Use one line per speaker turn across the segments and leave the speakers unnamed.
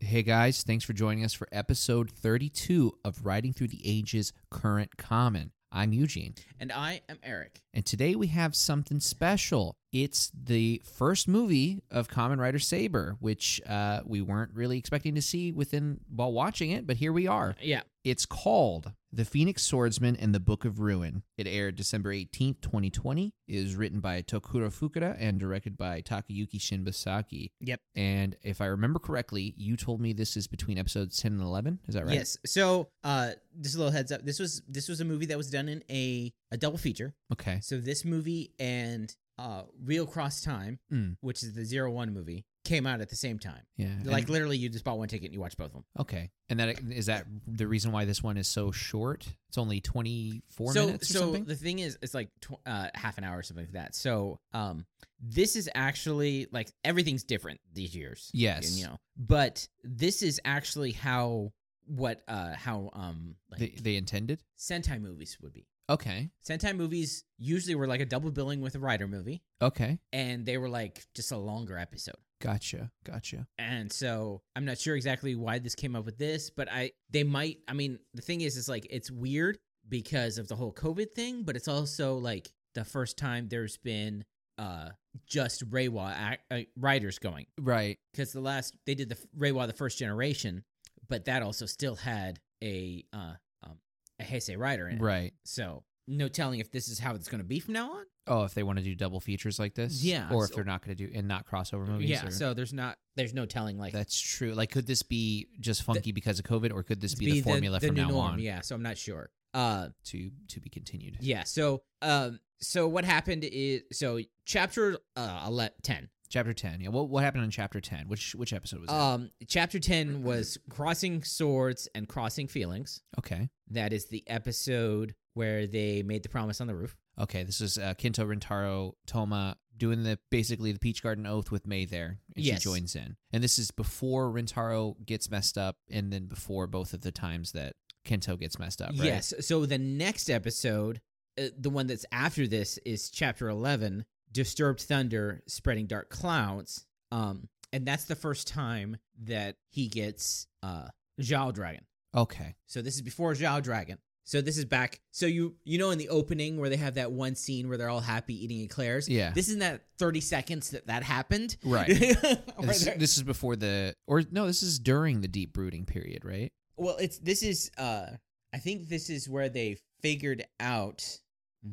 Hey guys, thanks for joining us for episode 32 of Riding Through the Ages Current Common. I'm Eugene,
And I am Eric.
and today we have something special. It's the first movie of Common Rider Saber, which uh, we weren't really expecting to see within while watching it, but here we are.
Yeah.
It's called The Phoenix Swordsman and the Book of Ruin. It aired December 18th, 2020. It is written by Tokuro Fukuda and directed by Takayuki Shinbasaki.
Yep.
And if I remember correctly, you told me this is between episodes 10 and 11. Is that right?
Yes. So, uh, just a little heads up. This was this was a movie that was done in a a double feature.
Okay.
So this movie and uh, Real Cross Time,
Mm.
which is the zero one movie, came out at the same time.
Yeah.
Like
and-
literally, you just bought one ticket and you watched both of them.
okay. And that is that the reason why this one is so short? It's only 24
so,
minutes or
so
something?
the thing is, it's like tw- uh, half an hour or something like that. So, um, this is actually like everything's different these years.
Yes.
And, you know, but this is actually how what uh how um like
they, they intended?
Sentai movies would be.
Okay.
Sentai movies usually were like a double billing with a writer movie,
Okay.
and they were like just a longer episode.
Gotcha. Gotcha.
And so I'm not sure exactly why this came up with this, but I they might. I mean, the thing is, is like it's weird because of the whole COVID thing, but it's also like the first time there's been uh just Reiwa ac- uh, writers going
Right.
because the last they did the f- Reiwa the first generation, but that also still had a uh um, a Heisei writer in it.
Right.
So no telling if this is how it's going to be from now on.
Oh, if they want to do double features like this,
Yeah,
or if
so-
they're not going to do and not crossover movies,
yeah.
or-
So there's not there's no telling like
that's true. Like, could this be just funky because of COVID, or could this be,
be
the formula
the
from
new
now
norm.
on
Yeah. So I'm not sure. Uh.
to to be continued?
Yeah. So um. So what happened is so chapter uh ele- ten.
Chapter ten. Yeah. What what happened in chapter ten? Which which episode was
Um. Chapter ten was crossing swords and crossing feelings.
that? Okay.
That is the episode where they made the promise on the roof.
Okay. This is uh, Kinto Rentaro Toma doing the basically the Peach Garden oath with May there, and
Yes.
she joins in. And this is before Rentaro gets messed up, and then before both of the times that Kinto gets messed up. Right?
Yes. So the next episode, uh, the one that's after this, is chapter 11 Disturbed Thunder, Spreading Dark Clouds. Um, and that's the first time that he gets uh, Zhao Dragon.
Okay.
So this is before Zhao Dragon. So this is back. So you you know in the opening where they have that one scene where they're all happy eating eclairs.
Yeah.
This is in that thirty seconds that that happened.
right.
Where
This,
they're-
this is before the or no, this is during the deep brooding period, right?
Well, it's this is uh I think this is where they figured out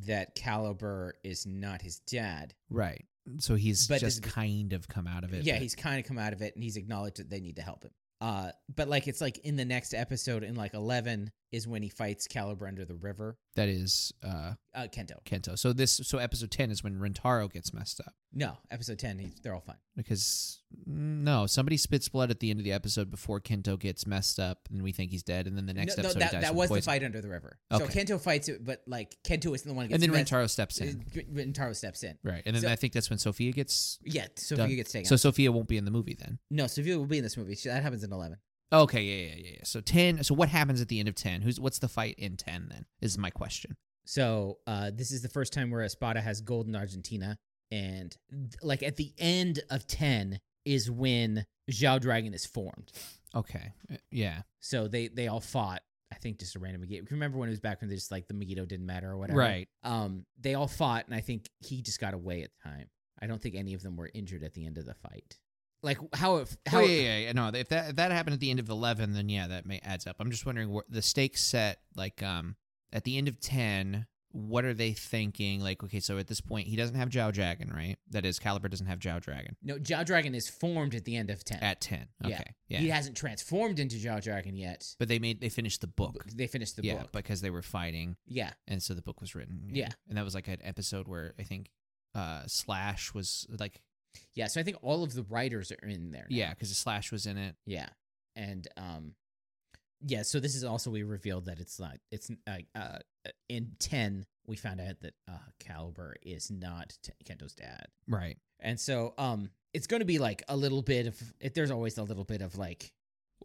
that Caliber is not his dad.
Right. So he's
But
just
this-
kind of come out of it.
yeah,
but-
he's kind of come out of it and he's acknowledged that they need to help him. Uh but like it's like in the next episode in like 11 is when he fights Caliber under the river.
that is uh
Uh Kento.
Kento. So this so episode 10 is when Rentaro gets messed up
No, episode 10 he's, they're all fine.
because mm, no, somebody spits blood at the end of the episode before Kento gets messed up and we think he's dead and then the next
no, no,
episode
that
he dies
that
from
was the
poison.
fight under the river. So
Okay.
Kento fights it but like Kento isn't the one who
And
gets
then
messed-
Rentaro steps in.
uh, Rentaro steps in.
Right. And then
So-
I think that's when Sophia gets
Yeah, Sophia
Done.
gets taken.
So
out.
Sophia won't be in the movie then.
no, Sophia will be in this movie. She- That happens in 11.
Okay, yeah, yeah, yeah, yeah. So 10 so what happens at the end of 10? Who's what's the fight in 10 then? Is my question.
So uh, this is the first time where Espada has gold in Argentina, and th- like at the end of ten is when Zhao Dragon is formed.
Okay. Uh, Yeah.
So they they all fought. I think just a random Megiddo. Remember when it was back when they just like the Megiddo didn't matter or whatever.
Right.
Um. They all fought, and I think he just got away at the time. I don't think any of them were injured at the end of the fight. Like how it how
oh,
it-
yeah, yeah, yeah. No, if that if that happened at the end of eleven, then yeah, that may adds up. I'm just wondering what the stakes set like um at the end of ten. What are they thinking? Like, okay, so at this point, he doesn't have Jow Dragon, right? That is, Caliber doesn't have Jow Dragon
no Zhao Dragon is formed at the end of ten.
at ten.
Yeah.
Okay, yeah.
He hasn't transformed into Zhao Dragon yet.
But they made they finished the book.
They finished the
yeah,
book.
because they were fighting,
yeah.
and so the book was written.
Yeah.
and that was like an episode where I think uh Slash was like,
Yeah, so I think all of the writers are in there. now.
yeah, because Slash was in it.
yeah, and um, yeah. So this is also we revealed that it's not. It's like uh, in ten we found out that uh, Caliber is not T- Kento's dad,
Right.
and so um, it's going to be like a little bit of. It, there's always a little bit of like.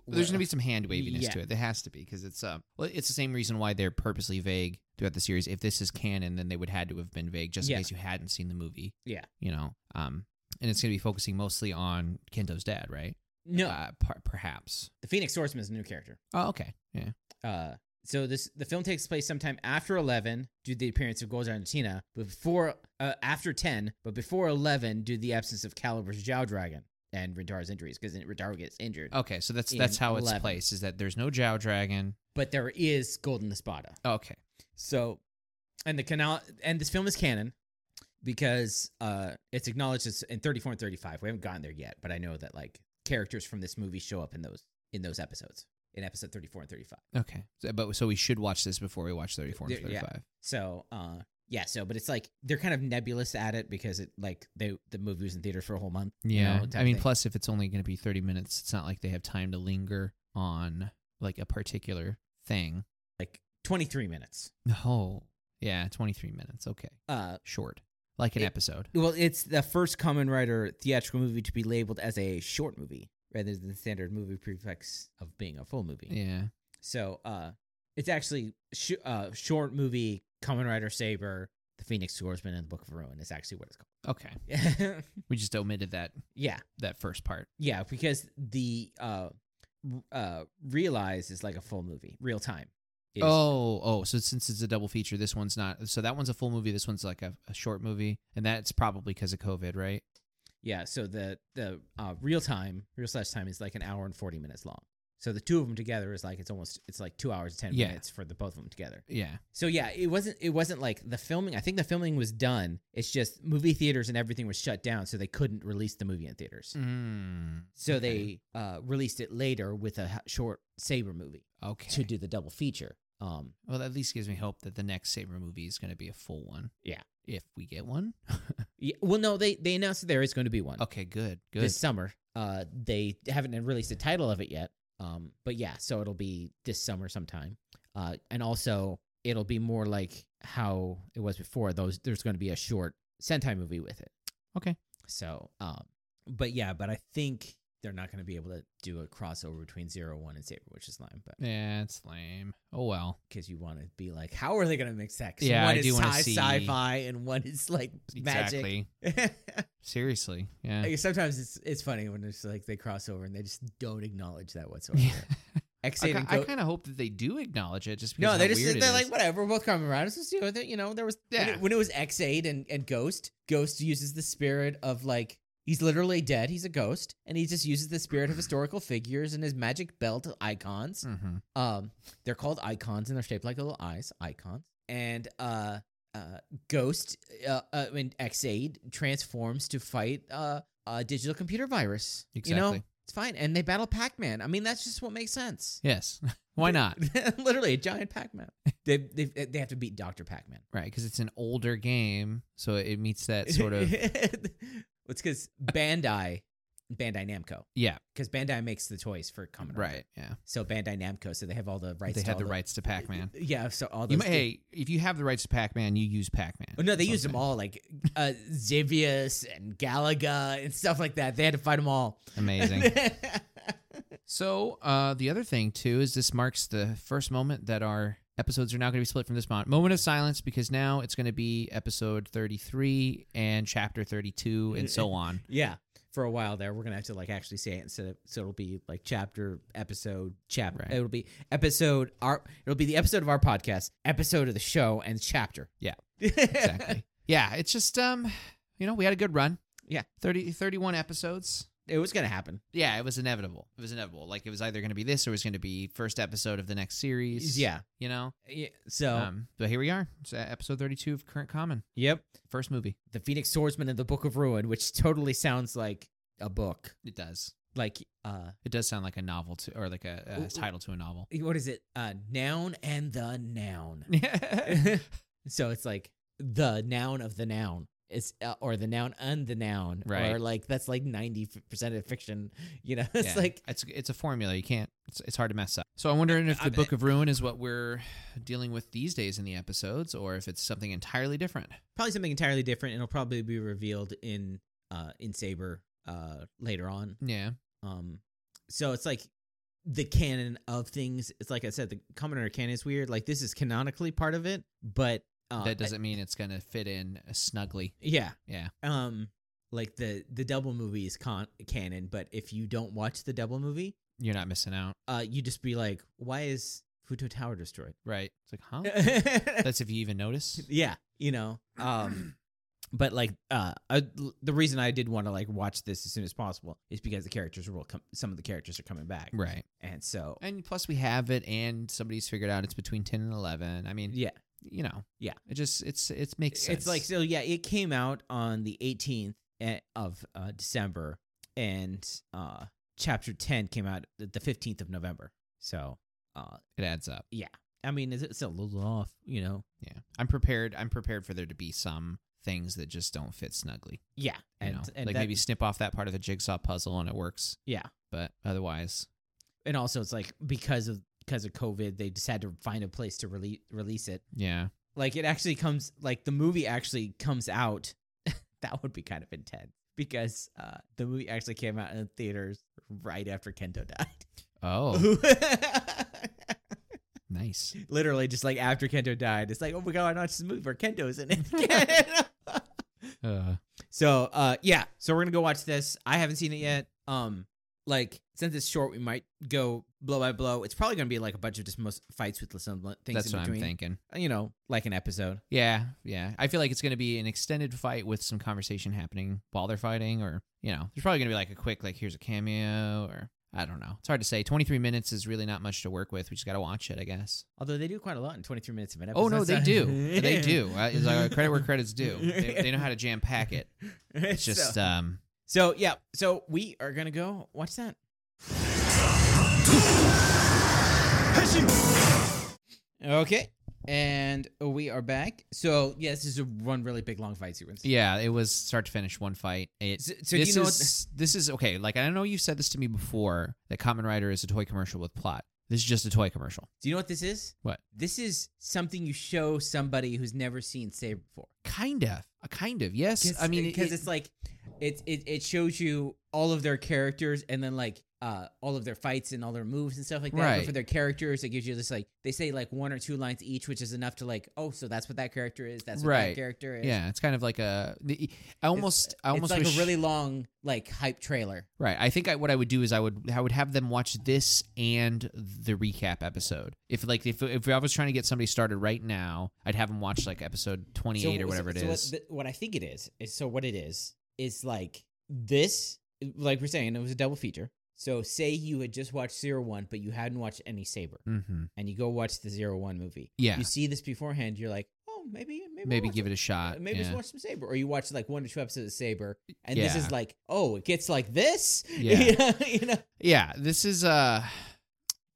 There's going to be some hand waviness
Yeah.
to it. There has to be because it's um, well, it's the same reason why they're purposely vague throughout the series. If this is canon, then they would had to have been vague just in
Yeah.
case you hadn't seen the movie.
Yeah.
you know, um, and it's going to be focusing mostly on Kento's dad, right?
No,
uh, per- perhaps.
the Phoenix Swordsman is a new character.
Oh, okay. Yeah.
Uh, so this the film takes place sometime after eleven due to the appearance of Gold Argentina, but before uh, after ten, but before eleven due to the absence of Caliber's Jow Dragon and Rintar's injuries because Rintar gets injured.
Okay, so that's
In
that's how it's
11.
placed. Is that there's no Jow Dragon?
But there is Golden Espada.
Okay.
So, and the canal and this film is canon because uh it's acknowledged as in 34 and 35. We haven't gotten there yet, but I know that like characters from this movie show up in those in those episodes in episode 34 and 35.
Okay. So, but so we should watch this before we watch 34 and
There- yeah.
35.
So, uh yeah, so but it's like they're kind of nebulous at it because it like they the movie was in theaters for a whole month. you
Yeah.
know, type
I mean,
thing.
plus if it's only going to be 30 minutes, it's not like they have time to linger on like a particular thing.
like 23 minutes.
No. Yeah, 23 minutes. Okay.
Uh
Short. Like an
It-
episode.
well, it's the first Kamen Rider theatrical movie to be labeled as a short movie rather than the standard movie prefix of being a full movie.
Yeah.
So uh, it's actually sh- uh, short movie Kamen Rider Saber, The Phoenix Swordsman, and The Book of Ruin is actually what
Okay.
it's called.
We just omitted that
yeah,
that first part.
yeah, because the uh, r- uh, Realize is like a full movie, real time. Is,
Oh, oh, so since it's a double feature, this one's not. So that one's a full movie. This one's like a, a short movie, and that's probably because of COVID, right?
yeah. So the the uh, real time, real slash time is like an hour and forty minutes long. So the two of them together is like it's almost it's like two hours and ten
Yeah.
minutes for the both of them together.
Yeah.
So yeah, it wasn't it wasn't like the filming. I think the filming was done. It's just movie theaters and everything was shut down, so they couldn't release the movie in theaters.
Mm,
So
okay.
they uh, released it later with a h- short Saber movie
okay.
to do the double feature. Um,
well, that at least gives me hope that the next Saber movie is going to be a full one.
Yeah.
If we get one.
yeah, well, no, they they announced that there is going to be one
Okay. Good. Oh, Good.
this summer. Uh, they haven't released the title of it yet. Um, but yeah, so it'll be this summer sometime. Uh, and also it'll be more like how it was before. Those there's going to be a short Sentai movie with it.
Okay.
So, um, but yeah, but I think they're not going to be able to do a crossover between Zero One and Saber, which is lame. But
yeah, it's lame. Oh well.
because you want to be like, how are they going to mix that? 'Cause
Yeah,
one
I
is
do wanna
sci-
see-
sci-fi and one is like magic.
Exactly. Seriously. Yeah.
Like, Sometimes it's it's funny when it's like they cross over and they just don't acknowledge that whatsoever.
Yeah.
X
I,
eight and
ki- I
Go-
kind of hope that they do acknowledge it. Just because
no,
how
they just
weird it
they're
is.
like whatever. We're both coming around. Let's just deal with it. You know, there was when,
Yeah.
it, when it was X eight and and Ghost. Ghost uses the spirit of like. He's literally dead. He's a ghost, and he just uses the spirit of historical figures and his magic belt icons.
Mhm.
Um, they're called icons and they're shaped like little eyes, icons. And uh, uh, Ghost, uh, uh, when X8 transforms to fight uh, a digital computer virus. You know,
Exactly.
it's fine. And they battle Pac Man. I mean, that's just what makes sense.
Yes. Why not?
Literally a giant Pac Man. They, they they have to beat Doctor Pac Man.
Right, because it's an older game, so it meets that sort of
it's because Bandai, Bandai Namco,
yeah.
because Bandai makes the toys for Kamen Rider.
Right, yeah.
So Bandai Namco, so they have all the rights.
they
to
had
all
the rights to Pac-Man.
Yeah. So all
You
those.
may, hey, if you have the rights to Pac-Man, you use Pac-Man.
Oh, no, they
That's what
used
I'm
them all, like uh, Xevious and Galaga and stuff like that. They had to fight them all.
saying. Amazing. so, uh, the other thing too is this marks the first moment that our episodes are now going to be split from this moment. Moment of silence because now it's going to be episode 33 and chapter 32 and so on.
yeah, for a while there, we're gonna have to like actually say it instead of so it'll be like chapter, episode, chapter.
Right.
It'll be episode our. It'll be the episode of our podcast, episode of the show, and chapter.
Yeah,
exactly.
Exactly. yeah, it's just um, you know, we had a good run.
Yeah.
30 31 episodes.
It was gonna happen.
Yeah, it was inevitable. It was inevitable. Like it was either going to be this or it was going to be first episode of the next series.
Yeah.
you know.
Yeah. So
Um, but here we are. It's uh, episode thirty-two of Current Common,
yep,
first movie.
the Phoenix Swordsman and the Book of Ruin, which totally sounds like a book,
It does.
like uh.
It does sound like a novel to, or like a,
Ooh,
a
ooh.
title to a novel.
what is it? Uh, noun and the noun.
yeah,
so it's like the noun of the noun is, uh, or the noun and the noun,
Right.
Or like that's like ninety percent of fiction. You know, it's like
it's it's a formula. You can't. It's, it's hard to mess up. So I'm wondering if the
I'm-
Book of Ruin is what we're dealing with these days in the episodes, or if it's something entirely different.
probably something entirely different. and It'll probably be revealed in uh in Saber uh later on.
Yeah.
Um, so it's like the canon of things. It's like I said, the common Rider canon is weird. Like this is canonically part of it, but uh,
that doesn't mean it's going to fit in uh, snugly.
Yeah.
Yeah.
Um like the the double movie is con- canon, but if you don't watch the double movie,
You're not missing out,
uh, you just be like, why is Futo Tower destroyed?
right? It's like, huh? That's if you even notice.
yeah, you know. Um, but like, uh, I, the reason I did want to like watch this as soon as possible is because the characters will come. Some of the characters are coming back,
Right.
and so
And plus, we have it, and somebody's figured out it's between ten and eleven. I mean,
yeah,
you know,
Yeah.
it just it's it makes sense.
it's like so. Yeah, it came out on the 18th a- of uh, December, and uh, chapter 10 came out the 15th of November. So, uh,
it adds up.
I mean, it's, it's a little off, you know.
Yeah, I'm prepared. I'm prepared for there to be some things that just don't fit snugly.
Yeah,
You
and,
know,
and
like
that-
maybe snip off that part of the jigsaw puzzle and it works.
Yeah.
but otherwise,
and also it's like because of because of COVID, they just had to find a place to release release it.
yeah,
Like it actually comes like the movie actually comes out. that would be kind of intense because uh, the movie actually came out in theaters right after Kento
oh,
died.
nice.
Literally, just like after Kento died, it's like, oh my god, I watched this movie where Kento's in it.
Uh,
so, uh, yeah, so we're gonna go watch this. I haven't seen it yet. Um, like since it's short, we might go blow by blow. It's probably gonna be like a bunch of just most fights with some things
that's
in
what
between.
I'm thinking.
You know, like an episode.
Yeah, yeah. I feel like it's going to be an extended fight with some conversation happening while they're fighting, or you know, there's probably going to be like a quick like here's a cameo, or I don't know. It's hard to say. 23 minutes is really not much to work with. We just got to watch it, I guess.
Although they do quite a lot in 23 minutes of an episode.
Oh no, they
so-
do. they do. Uh, it's, uh, credit where credit's due. They, they know how to jam pack it. It's just
so,
um.
so yeah. So we are gonna go watch that. Okay, and we are back. So yeah, this is a one really big long fight sequence.
Yeah, it was start to finish one fight. It,
So, so do
this
you know what-
is this is okay. Like I know you said this to me before that Common Rider is a toy commercial with plot. This is just a toy commercial.
Do you know what this is?
What?
This is something you show somebody who's never seen Saber before.
Kind of, a kind of. Yes, I mean
because
it-
it's like it, it it shows you all of their characters and then like uh all of their fights and all their moves and stuff like that. But
Right.
for their characters, it gives you this like they say like one or two lines each, which is enough to like oh, so that's what that character is. That's what that
Right.
character is.
yeah, it's kind of like a. the- e, I almost, I almost
it's like
wish-
a really long like hype trailer.
right. I think I, what I would do is I would, I would have them watch this and the recap episode. If like if if I was trying to get somebody started right now, I'd have them watch like episode twenty eight or whatever it is.
so What, the- what I think it is is so what it is is like this, like we're saying, it was a double feature. So say you had just watched Zero One, but you hadn't watched any Saber,
hmm
and you go watch the Zero One movie.
Yeah,
You see this beforehand, you're like, oh, maybe, maybe,
maybe give it a shot.
Maybe
yeah.
just watch some Saber, or you watch like one or two episodes of Saber, and this
Yeah.
is like, oh, it gets like this.
Yeah.
you know, you know?
Yeah, this is uh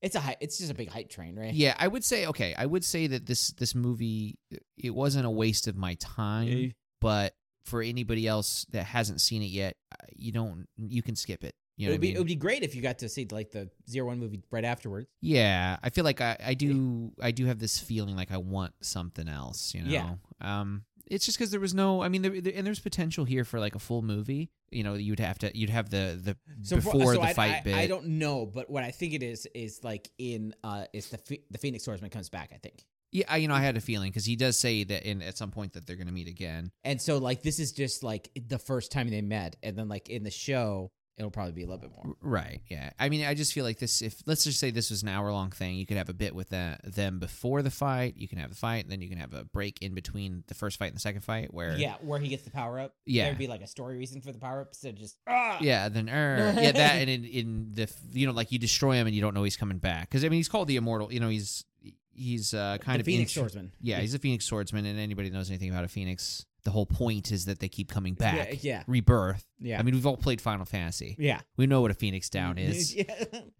it's a hy- it's just a big hype train, right?
yeah, I would say okay, I would say that this this movie it wasn't a waste of my time,
Eh.
but for anybody else that hasn't seen it yet, uh, you don't you can skip it. You know what I
it would be
mean?
it would be great if you got to see like the Zero One movie right afterwards.
yeah, I feel like I, I do I do have this feeling like I want something else, you know.
Yeah.
Um it's just cuz there was no I mean there, there- and there's potential here for like a full movie. You know, you'd have to you'd have the the
for-
before the
I,
fight
I,
bit.
I don't know, but what I think it is is like in uh, it's the Phe- the Phoenix Swordsman comes back, I think,
yeah, I, you know, I had a feeling cuz he does say that in at some point that they're going to meet again.
and so like this is just like the first time they met, and then like in the show it'll probably be a little bit more.
R- Right. Yeah. I mean, I just feel like this. If let's just say this was an hour long thing, you could have a bit with the, them before the fight. You can have the fight, and then you can have a break in between the first fight and the second fight, where
Yeah, where he gets the power up.
Yeah.
there'd be like a story reason for the power up, so just ah,
yeah, then er, yeah, that, and in, in the f- you know, like you destroy him and you don't know he's coming back because I mean he's called the immortal. You know, he's he's uh, kind
the
of
Phoenix
intr-
Swordsman.
Yeah, he's a phoenix swordsman, and anybody that knows anything about a phoenix, the whole point is that they keep coming back,
Yeah, yeah,
rebirth.
yeah.
I mean, we've all played Final Fantasy.
yeah,
We know what a phoenix down is.
Yeah.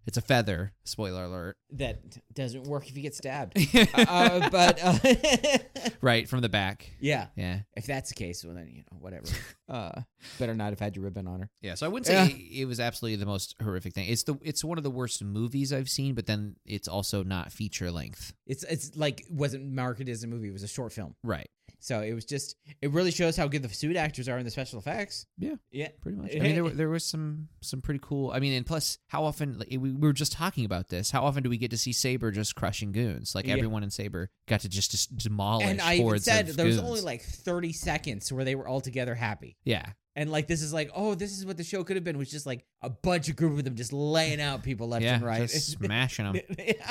It's a feather. Spoiler alert.
that doesn't work if you get stabbed. uh, but uh,
right from the back.
yeah,
Yeah,
if that's the case, well then you know whatever. Uh, better not have had your ribbon on her.
yeah. So I wouldn't say
Yeah.
it was absolutely the most horrific thing. It's the it's one of the worst movies I've seen, but then it's also not feature length.
It's it's like it wasn't marketed as a movie. It was a short film,
Right.
so it was just it really shows how good the suit actors are in the special effects.
Yeah.
yeah,
Pretty much. I mean, there were, there was some some pretty cool. I mean, and plus, how often like, we, we were just talking about this? How often do we get to see Saber just crushing goons? Like
Yeah.
everyone in Saber got to just, just demolish
And I even
hordes
said
of
there was
goons.
only like thirty seconds where they were all together happy.
yeah,
And like this is like, oh, this is what the show could have been, was just like a bunch of group of them just laying out people left
yeah,
and right.
just smashing them.
yeah.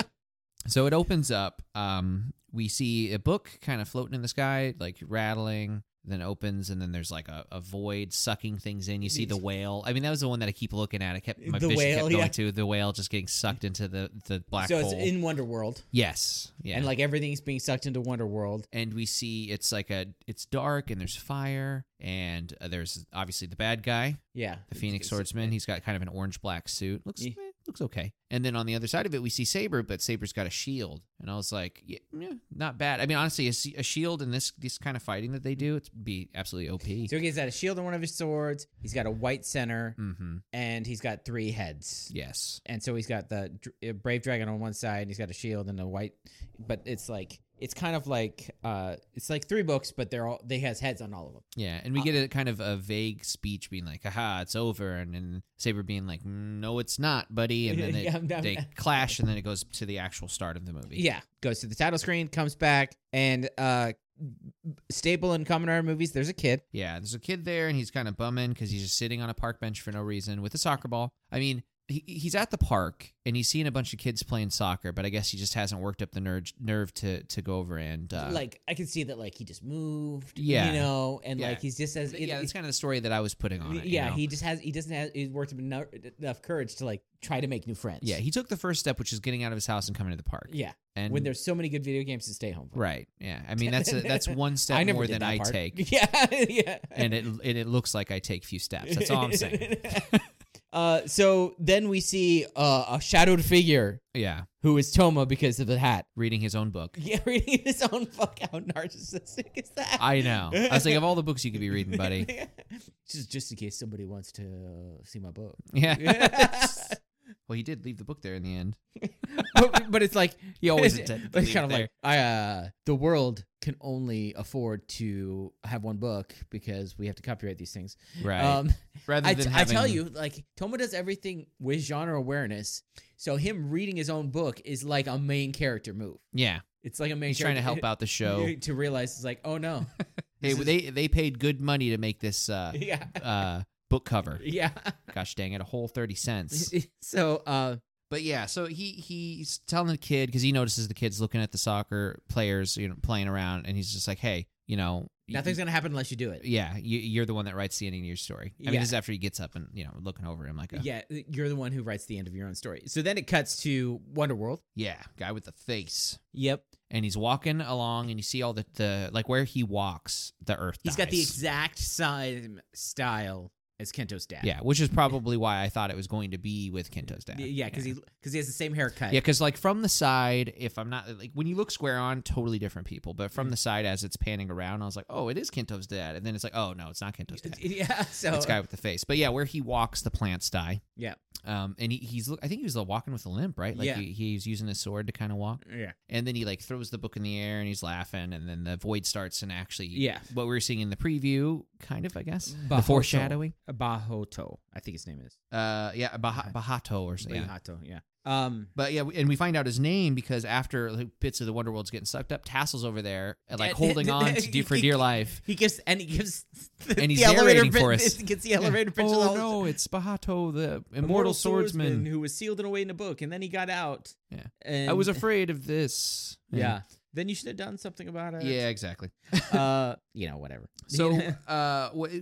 So it opens up. Um, we see a book kind of floating in the sky, like rattling, then opens, and then there's like a, a void sucking things in. You see the whale. I mean, that was the one that I keep looking at. I kept my
The
vision
whale,
kept going
yeah.
to the whale, just getting sucked into the the black
so
hole.
it's in Wonder World,
yes, yeah.
and like everything's being sucked into Wonder World.
and we see it's like a it's dark and there's fire and uh, there's obviously the bad guy
Yeah,
the phoenix
It's- it's-
swordsman he's got kind of an orange black suit looks
Yeah.
eh, looks okay and then on the other side of it we see saber but saber's got a shield and i was like yeah, yeah, not bad i mean honestly a, s- a shield and this this kind of fighting that they do it's be absolutely op
So he's got a shield on one of his swords. He's got a white center,
mm-hmm
and he's got three heads.
yes
And so he's got the dr- uh, brave dragon on one side, and he's got a shield and a white. But it's like it's kind of like uh, it's like three books, but they're all they has heads on all of them.
yeah and we get a
Uh-huh.
kind of a vague speech being like aha it's over and then saber being like no it's not buddy and then it,
Yeah, I'm- I'm-
they clash and then it goes to the actual start of the movie
Yeah, goes to the title screen, comes back, and uh, staple in common horror movies. There's a kid.
Yeah, there's a kid there, and he's kind of bumming because he's just sitting on a park bench for no reason with a soccer ball. I mean, he, he's at the park and he's seen a bunch of kids playing soccer, but I guess he just hasn't worked up the nerve nerve to to go over and uh,
like I can see that like he just moved.
Yeah.
you know, and
Yeah.
like he's just as
But yeah, that's kind of the story that I was putting on it. you
yeah,
know?
he just has he doesn't have he's worked up enough, enough courage to like try to make new friends.
yeah, he took the first step, which is getting out of his house and coming to the park.
yeah.
and
when there's so many good video games to stay home. From.
right, yeah, I mean that's a, that's one step
never
more than
did that
I
part.
take,
Yeah, yeah.
and it and it looks like I take few steps. That's all I'm saying.
uh, so then we see uh, a shadowed figure
Yeah,
who is Toma because of the hat.
reading his own book.
Yeah, reading his own fuck. How narcissistic is that?
I know. I was like, of all the books you could be reading, buddy.
just just in case somebody wants to uh, see my book.
Yeah. Well, he did leave the book there in the end.
but, but it's like
He always
It's-
intended to
but
leave
it's kind of
it there.
like I uh, the world can only afford to have one book because we have to copyright these things.
right.
Um,
Rather
I,
than
t- I
having,
tell you, like Toma does everything with genre awareness, so him reading his own book is like a main character move.
yeah,
It's like a main
he's trying to help
character-
out the show.
to realize it's like, oh no,
hey,
this is-
they they paid good money to make this uh,
yeah,
uh, book cover.
yeah.
Gosh dang it, a whole thirty cents.
so uh,
But yeah, so he he's telling the kid because he notices the kid's looking at the soccer players, you know, playing around, and he's just like, hey, you know, y-
nothing's gonna happen unless you do it.
Yeah, you, you're the one that writes the ending of your story. I mean,
Yeah.
this is after he gets up and you know looking over him like a
Yeah, you're the one who writes the end of your own story. So then it cuts to Wonderworld.
yeah guy with the face.
Yep,
and he's walking along and you see all the, the like where he walks the earth
He's
dies.
got the exact same style as Kento's dad.
yeah which is probably why i thought it was going to be with kinto's dad
Y- yeah, because he because he has the same haircut.
yeah because like from the side if i'm not like when you look square on totally different people but
Mm-hmm.
from the side as it's panning around i was like oh it is kinto's dad and then it's like oh no it's not kinto's dad
yeah. So
it's guy with the face but yeah where he walks the plants die
oh, uh Yeah.
um and he, he's look i think he was like, walking with a limp right like
Yeah.
he, he's using his sword to kind of walk
yeah,
and then he like throws the book in the air and he's laughing and then the void starts and actually
Yeah.
what we were seeing in the preview kind of i guess the
Bahoto.
foreshadowing
Bahoto, I think his name is
uh yeah bah- bahato or something yeah.
Bahato. Yeah. Um.
but yeah we- and we find out his name because after like, bits of the wonderworld's getting sucked up tassel's over there uh, like
And-
holding on to dear, for dear life
He gives and he gives the,
And he's
the elevator
narrating for
pitch-
us.
he Gets the elevator pitch.
oh no it's bahato the immortal, swordsman,
who was sealed and away in a book, and then he got out.
Yeah.
and,
i was afraid of this And-
Yeah, then you should have done something about it.
yeah exactly
uh, you know, whatever.
So uh, wh-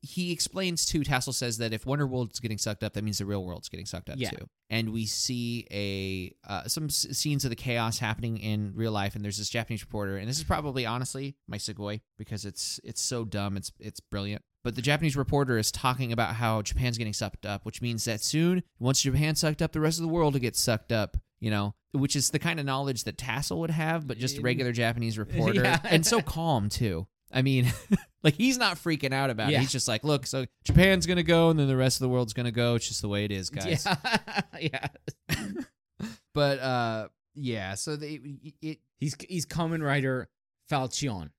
he explains too. Tassel says that if Wonder World's getting sucked up, that means the real world's getting sucked up
Yeah.
too. And we see a uh, some s- scenes of the chaos happening in real life. And there's this Japanese reporter, and this is probably honestly my segue because it's it's so dumb. It's it's brilliant. But the Japanese reporter is talking about how Japan's getting sucked up, which means that soon, once Japan's sucked up, the rest of the world will get sucked up. You know, which is the kind of knowledge that Tassel would have, but just a
Yeah.
regular Japanese reporter,
Yeah.
and so calm too. I mean, like he's not freaking out about it.
Yeah.
He's just like, look, so Japan's gonna go, and then the rest of the world's gonna go. It's just the way it is, guys.
yeah, yeah.
But uh, yeah. So they it
He's he's Kamen Rider Falchion,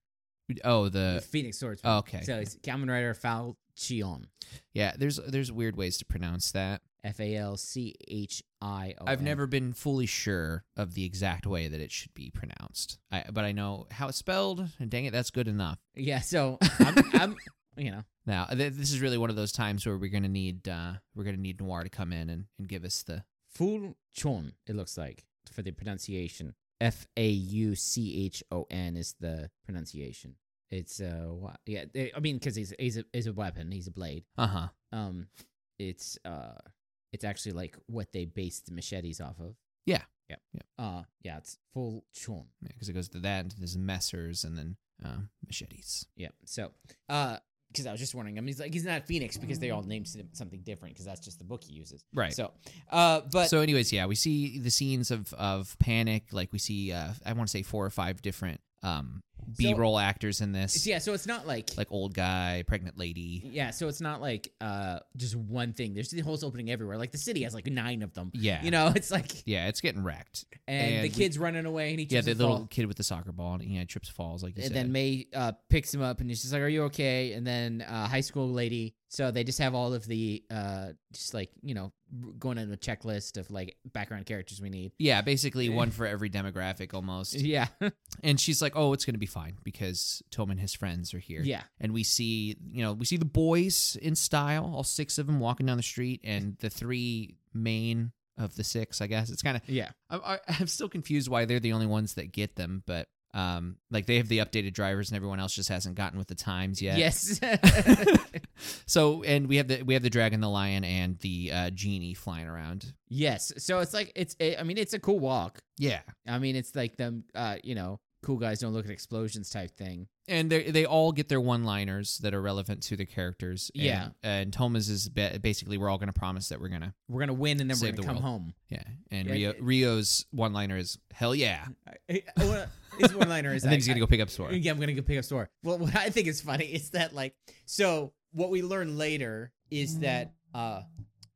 oh
the
the
Phoenix Swordsman.
oh, okay
So it's Kamen Rider Falchion,
yeah. There's there's weird ways to pronounce that.
F A L C H Oh, I O.
I've
N.
never been fully sure of the exact way that it should be pronounced. I but I know how it's spelled, and dang it, that's good enough.
Yeah, so I'm, I'm you know.
Now th- this is really one of those times where we're gonna need uh, we're gonna need Noir to come in and, and give us the
Full Chon, it looks like, for the pronunciation. F A U C H O N is the pronunciation. It's uh, wa- yeah. they- I mean, because he's he's a, he's a weapon. He's a blade.
uh huh.
Um, it's uh, it's actually like what they based the machetes off of.
Yeah.
Yeah.
Yeah.
Uh, yeah. It's full Chon.
because it goes to that and there's messers and then um, machetes.
Yeah. So, uh, because I was just wondering. I mean, he's like he's not Phoenix because they all named him something different because that's just the book he uses.
Right.
So, uh, but
so, anyways, yeah, we see the scenes of of panic. Like we see, uh, I want to say four or five different um, B roll actors in this,
yeah. So it's not like
like old guy, pregnant lady.
Yeah, so it's not like uh just one thing. There's the holes opening everywhere. Like the city has like nine of them.
Yeah,
You know, it's like
yeah, it's getting wrecked.
and,
And
the
we-
kid's running away and he
Yeah,
trips
the
and
little
falls.
kid with the soccer ball and you know, trips falls like you
and
said.
then May uh picks him up and he's just like, "Are you okay?" And then uh high school lady. So they just have all of the uh just like, you know, r- going on a checklist of like background characters we need.
yeah, basically one for every demographic almost.
Yeah.
And she's like, "Oh, it's gonna be fine because Tom and his friends are here."
yeah.
and we see you know we see the boys in style all six of them walking down the street and the three main of the six i guess it's kind of
Yeah.
I, I, i'm still confused why they're the only ones that get them but um like they have the updated drivers and everyone else just hasn't gotten with the times yet
Yes.
so and we have the we have the dragon the lion and the uh genie flying around
yes. So it's like it's it, I mean, it's a cool walk.
yeah
I mean, it's like them uh, you know, cool guys don't look at explosions type thing.
and they they all get their one liners that are relevant to their characters And-
Yeah.
and thomas is ba- basically we're all gonna promise that we're gonna
We're gonna win and then
Save
we're
the
gonna come
world.
home.
Yeah, and
Yeah,
Rio,
it-
Rio's one liner is "Hell yeah,"
His uh, one liner is
and then he's gonna go pick up Sora.
Yeah, I'm gonna go pick up store. Well, what I think is funny is that like, so what we learn later is that uh,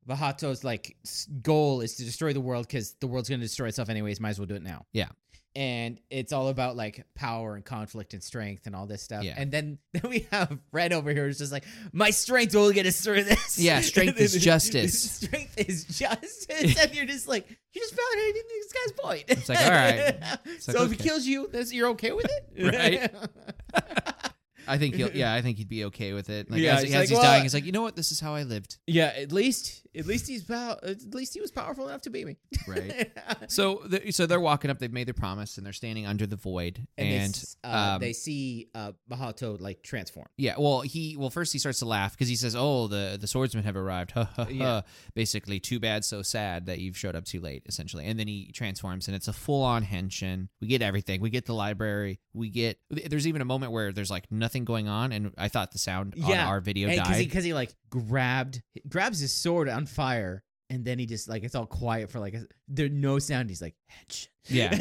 Vahato's like s- goal is to destroy the world because the world's gonna destroy itself anyways. Might as well do it now.
Yeah.
And it's all about like power and conflict and strength and all this stuff.
Yeah.
And then then we have Red over here who's just like, my strength will get us through this.
Yeah, strength is justice.
strength is justice. and you're just like, you just validated this guy's point.
It's like, all right. It's
so
like,
if he
okay.
kills you, that's, you're okay with it, right?
I think he'll. Yeah, I think he'd be okay with it. Like,
Yeah,
as,
he's
as
like,
he's
"Well,
dying,
I-
he's like, "You know what? This is how I lived."
yeah, at least at least he's pow- at least he was powerful enough to beat me.
Right. so, the, so they're walking up. They've made their promise, and they're standing under the void.
and they,
And,
s- uh,
um,
they see uh, Mahato like transform.
yeah, well, he well first he starts to laugh because he says, "Oh, the the swordsmen have arrived." Ha ha
Yeah.
ha. Basically, too bad, so sad that you've showed up too late, essentially. And then he transforms, and it's a full on henshin. We get everything. We get the library. We get. There's even a moment where there's like nothing going on, and I thought the sound
Yeah.
on our video
because
died.
he, 'cause he, like grabbed grabs his sword on fire, and then he just like it's all quiet for like a, there no sound. He's like, "Hench."
Yeah,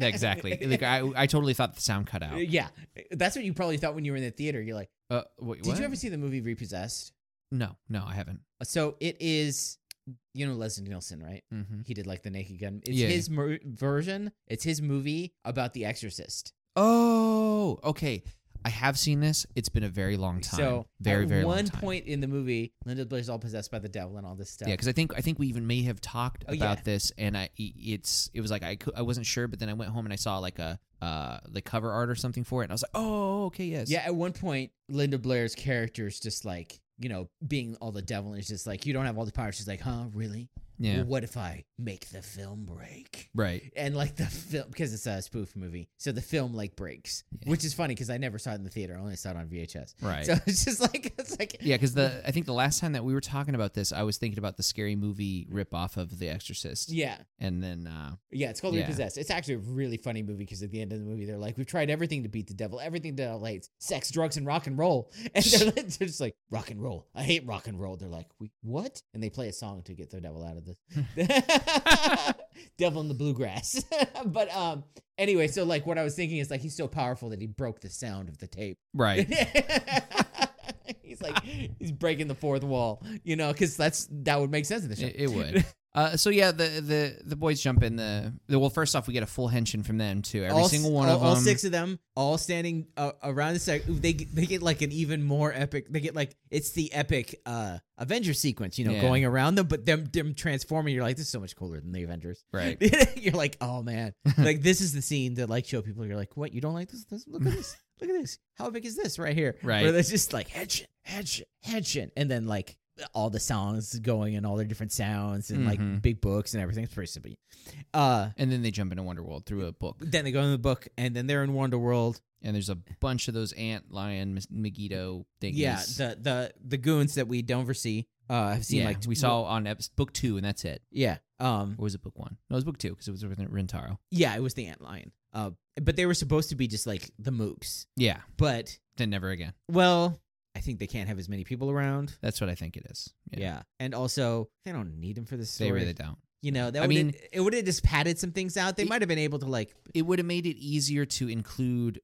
exactly. Like I, I totally thought the sound cut out.
yeah, that's what you probably thought when you were in the theater. You're like,
Uh, wait,
did
what?
you ever see the movie Repossessed? Uh,
No, no, I haven't.
So it is, you know, Leslie Nielsen, right?
hmm
He did like the Naked Gun. It's
Yeah.
his mer- version. It's his movie about the Exorcist.
Oh, okay. I have seen this. It's been a very long time.
So
very,
at
very
one
long time.
point in the movie, Linda Blair's all possessed by the devil and all this stuff.
Yeah, because I think I think we even may have talked
Oh,
about
yeah.
this, and I i- it's it was like I cou- I wasn't sure, but then I went home and I saw like a uh the cover art or something for it, and I was like, oh, okay, yes,
yeah. At one point, Linda Blair's character is just like you know being all the devil and is just like you don't have all the power. She's like, huh, really?
yeah,
Well, what if I make the film break?
right,
And like the film, because it's a spoof movie, so the film like breaks,
Yeah.
which is funny because I never saw it in the theater. I only saw it on VHS.
right.
So it's just like it's like
yeah, because the I think the last time that we were talking about this, I was thinking about the scary movie rip off of The Exorcist,
yeah.
and then uh,
Yeah, it's called
Yeah.
Repossessed. It's actually a really funny movie because at the end of the movie, they're like, "We've tried everything to beat the devil, everything the devil hates: sex, drugs, and rock and roll." And they're, like- they're just like, "Rock and roll, I hate rock and roll." They're like, "We what?" And they play a song to get the devil out of the devil in the bluegrass. but um, anyway, so like what I was thinking is like he's so powerful that he broke the sound of the tape.
right,
he's like he's breaking the fourth wall, you know, because that's that would make sense in the show.
It, it would. Uh, so yeah, the, the the boys jump in the, the well. First off, we get a full henshin from them too. Every
all,
single one
all,
of them.
all six of them, all standing uh, around the sec. They get- they get like an even more epic. They get like it's the epic uh Avenger sequence, you know,
Yeah.
going around them, but them them transforming. You're like, this is so much cooler than the Avengers.
Right.
you're like, oh man, like this is the scene that like show people. You're like, what? You don't like this? this look at this. look at this. How big is this right here?
Right.
Where it's just like headshot, headshot, headshot, and then like all the sounds going and all their different sounds and
Mhm.
like big books and everything. It's pretty simple. Uh,
And then they jump into Wonderworld through a book,
then they go in the book, and then they're in Wonder World.
and there's a bunch of those ant, lion, Mis- Megiddo thingies.
Yeah, the the the goons that we don't ever see uh, have seen
Yeah,
like
we
tw-
saw on ep- book two, and that's it.
Yeah, um,
Or was it book one? No, it was book two because it was with Rintaro.
yeah, it was the ant lion. Uh, but they were supposed to be just like the mooks,
Yeah,
but
then never again.
Well, I think they can't have as many people around.
That's what I think it is.
Yeah. And also, they don't need him for this story.
they really don't.
You know, that
I
I mean,
mean-
it would have just padded some things out. They
It-
might have been able to like,
It would have made it easier to include